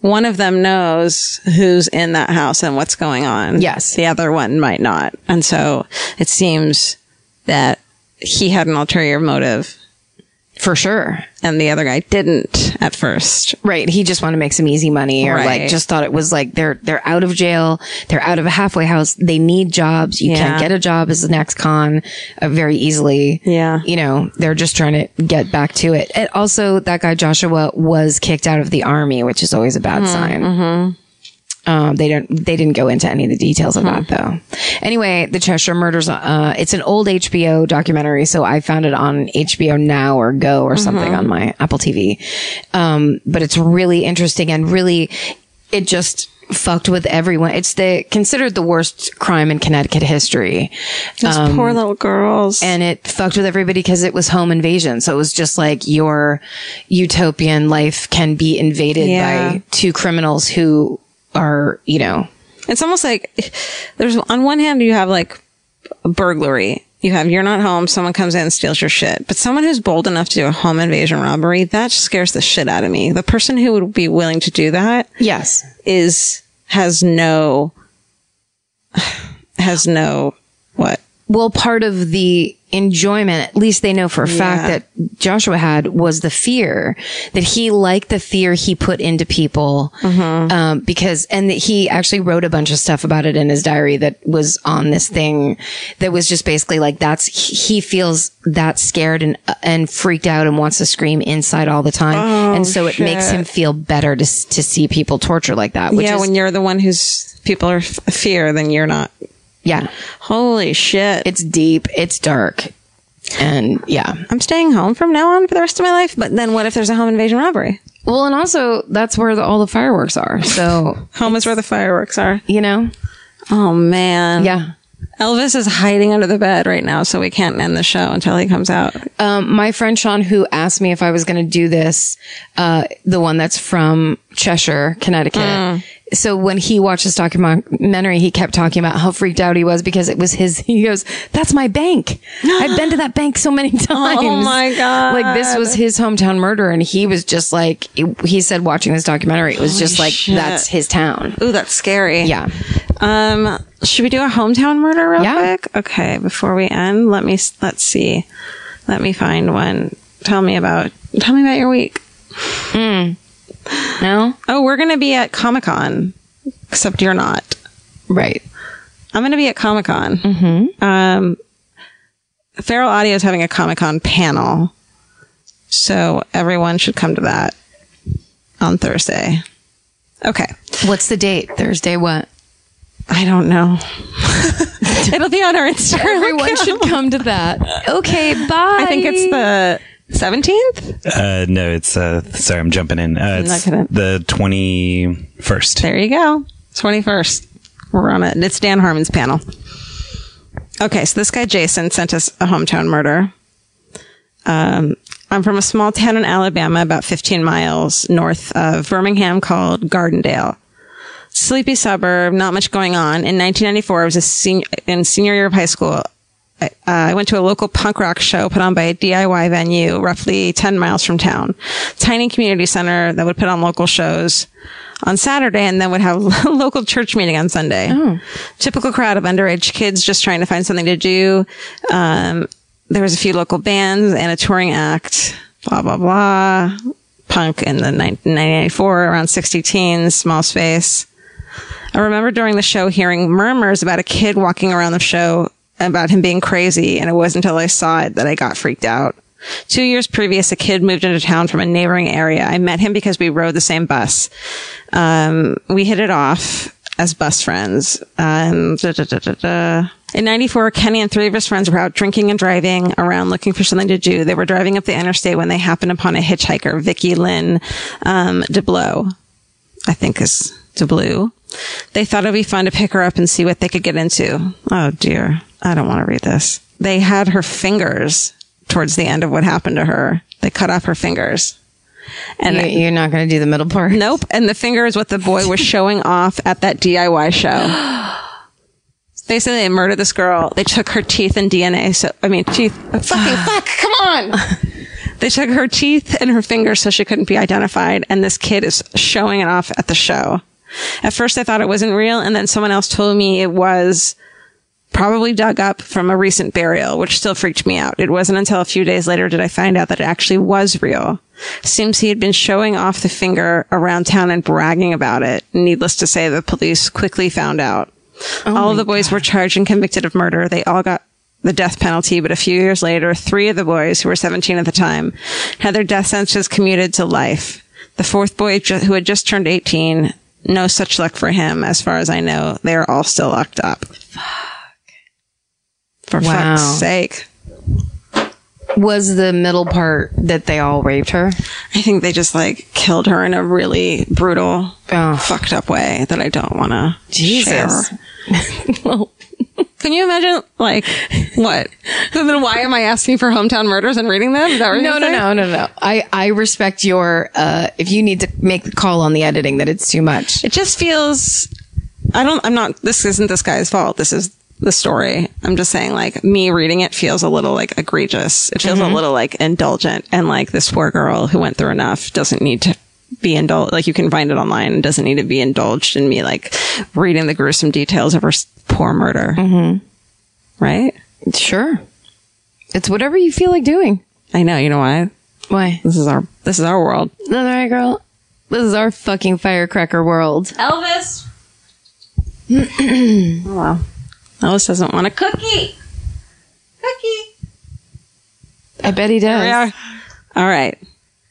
S1: one of them knows who's in that house and what's going on.
S2: Yes.
S1: The other one might not. And so it seems that he had an ulterior motive
S2: For sure.
S1: and the other guy didn't at first.
S2: Right. He just wanted to make some easy money or like
S1: Right.
S2: just thought it was like they're they're out of jail, they're out of a halfway house, they need jobs. You
S1: Yeah.
S2: can't get a job as an ex con uh, very easily.
S1: Yeah.
S2: You know, they're just trying to get back to it. And also that guy Joshua was kicked out of the army, which is always a
S1: Hmm.
S2: bad sign. Um, they don't. They didn't go into any of the details of
S1: Hmm.
S2: that, though. Anyway, the Cheshire Murders. Uh, it's an old HBO documentary, so I found it on HBO Now or Go
S1: Mm-hmm.
S2: or something on my Apple TV. Um, but it's really interesting and really, it just fucked with everyone. It's the considered the worst crime in Connecticut history, Um,
S1: Those poor little girls.
S2: and it fucked with everybody because it was home invasion. So it was just like your utopian life can be invaded
S1: Yeah.
S2: by two criminals who are, you know.
S1: It's almost like there's on one hand you have like a burglary. You have you're not home, someone comes in and steals your shit. But someone who's bold enough to do a home invasion robbery, that scares the shit out of me. The person who would be willing to do that
S2: Yes.
S1: is has no has no what?
S2: well, part of the enjoyment, at least they know for a fact that Joshua had was the fear that he liked the fear he put into people.
S1: Mm-hmm.
S2: Um, because, and that he actually wrote a bunch of stuff about it in his diary that was on this thing that was just basically like, that's, he feels that scared and, and freaked out and wants to scream inside all the time.
S1: Oh,
S2: and so it makes him feel better to, s- to see people torture like that. Which
S1: yeah,
S2: is,
S1: when you're the one who's people are f- fear, then you're not.
S2: yeah,
S1: Holy shit.
S2: it's deep, it's dark. And yeah.
S1: I'm staying home from now on for the rest of my life, but then what if there's a home invasion robbery?
S2: Well, and also that's where the, all the fireworks are. So,
S1: Home is where the fireworks are.
S2: you know,
S1: Oh man.
S2: yeah.
S1: Elvis is hiding under the bed right now, so we can't end the show until he comes out.
S2: Um, my friend Sean, who asked me if I was going to do this, uh, the one that's from Cheshire, Connecticut.
S1: Mm.
S2: So when he watched this documentary, he kept talking about how freaked out he was because it was his, he goes, that's my bank. I've been to that bank so many times.
S1: Oh my God.
S2: Like this was his hometown murder. And he was just like, it- he said watching this documentary, it was just like, that's his town.
S1: Ooh, that's scary.
S2: Yeah.
S1: Um, should we do a hometown murder real
S2: Yeah.
S1: quick? Okay, before we end, let me s- let's see. Let me find one. Tell me about tell me about your week.
S2: No?
S1: Oh, we're gonna be at Comic Con, except you're not.
S2: Right.
S1: I'm gonna be at Comic Con. Mm-hmm. Um, Feral Audio is having a Comic Con panel, so everyone should come to that on Thursday. Okay,
S2: What's the date? Thursday what?
S1: I don't know. It'll be on our Instagram.
S2: Everyone
S1: account.
S2: should come to that. Okay, bye.
S1: I think it's the 17th.
S5: Uh, no, it's uh, sorry, I'm jumping in. Uh, it's
S1: not gonna-
S5: the 21st.
S1: There you go. 21st. We're on it. It's Dan Harmon's panel. Okay, so this guy Jason sent us a hometown murder. Um, I'm from a small town in Alabama, about 15 miles north of Birmingham, called Gardendale. Sleepy suburb, not much going on. In 1994, I was a senior in senior year of high school. I, uh, I went to a local punk rock show put on by a DIY venue roughly 10 miles from town. Tiny community center that would put on local shows on Saturday and then would have a local church meeting on Sunday. Typical crowd of underage kids just trying to find something to do. Um, there was a few local bands and a touring act, blah, blah, blah. Punk in the 1994, around 60 teens, small space. I remember during the show hearing murmurs about a kid walking around the show about him being crazy, and it wasn't until I saw it that I got freaked out. Two years previous, a kid moved into town from a neighboring area. I met him because we rode the same bus. Um, we hit it off as bus friends. Um, da, da, da, da, da. In 94, Kenny and three of his friends were out drinking and driving around looking for something to do. They were driving up the interstate when they happened upon a hitchhiker, Vicky Lynn um, DeBlow. I think is DeBlue. They thought it'd be fun to pick her up and see what they could get into. Oh dear. I don't want to read this. They had her fingers towards the end of what happened to her. They cut off her fingers. And
S2: You- You're not going to do the middle part.
S1: nope. And the finger is what the boy was showing off at that DIY show. They said they murdered this girl. They took her teeth and DNA. So, I mean, teeth. Oh, Fucking fuck. Come on. They took her teeth and her fingers so she couldn't be identified. And this kid is showing it off at the show. At first, I thought it wasn't real. And then someone else told me it was probably dug up from a recent burial, which still freaked me out. It wasn't until a few days later did I find out that it actually was real. Seems he had been showing off the finger around town and bragging about it. Needless to say, the police quickly found out. all of the boys were charged and convicted of murder. They all got the death penalty, but a few years later, three of the boys, who were 17 at the time, had their death sentences commuted to life. The fourth boy, ju- who had just turned 18, no such luck for him, as far as I know. They are all still locked up. For
S2: Wow.
S1: fuck's sake.
S2: Was the middle part that they all raped her?
S1: I think they just like killed her in a really brutal,
S2: Oh.
S1: fucked up way that I don't want to. Share. Can you imagine, like, what? So then why am I asking for hometown murders and reading them? Is that what you're
S2: No, no,
S1: saying?
S2: no, no, no. I, I respect your, uh, if you need to make the call on the editing that it's too much.
S1: It just feels. I don't. I'm not. This isn't this guy's fault. This is the story. I'm just saying, like, me reading it feels a little like egregious. It feels a little like indulgent, and like this poor girl who went through enough doesn't need to be indulged. Like, you can find it online and doesn't need to be indulged in me like reading the gruesome details of her s- poor murder. Mm-hmm. Right?
S2: Sure. It's whatever you feel like doing.
S1: I know. You know why?
S2: Why?
S1: This is our. This is our world.
S2: All right, girl. This is our fucking firecracker world.
S1: Alice doesn't want a cookie. Cookie.
S2: I bet he does.
S1: All right.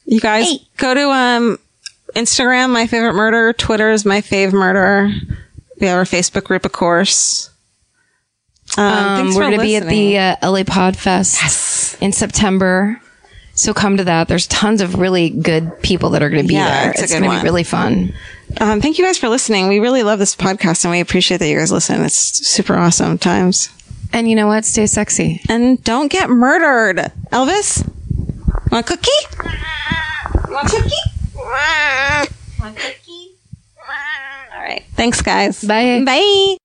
S1: You guys go to um Instagram, my favorite murder, Twitter is my fave murder. We have our Facebook group, of course. Um,
S2: Um,
S1: thanks
S2: we're
S1: for
S2: going to be at
S1: listening.
S2: the uh, LA Pod Fest in September. So come to that. There's tons of really good people that are going to be
S1: Yeah,
S2: there.
S1: it's a good
S2: gonna
S1: one.
S2: be really fun.
S1: um, thank you guys for listening. We really love this podcast and we appreciate that you guys listen. It's super awesome times.
S2: And you know what? Stay sexy.
S1: And don't get murdered. Elvis, want a cookie? Want a cookie? Want a cookie? All right. Thanks, guys.
S2: Bye.
S1: Bye.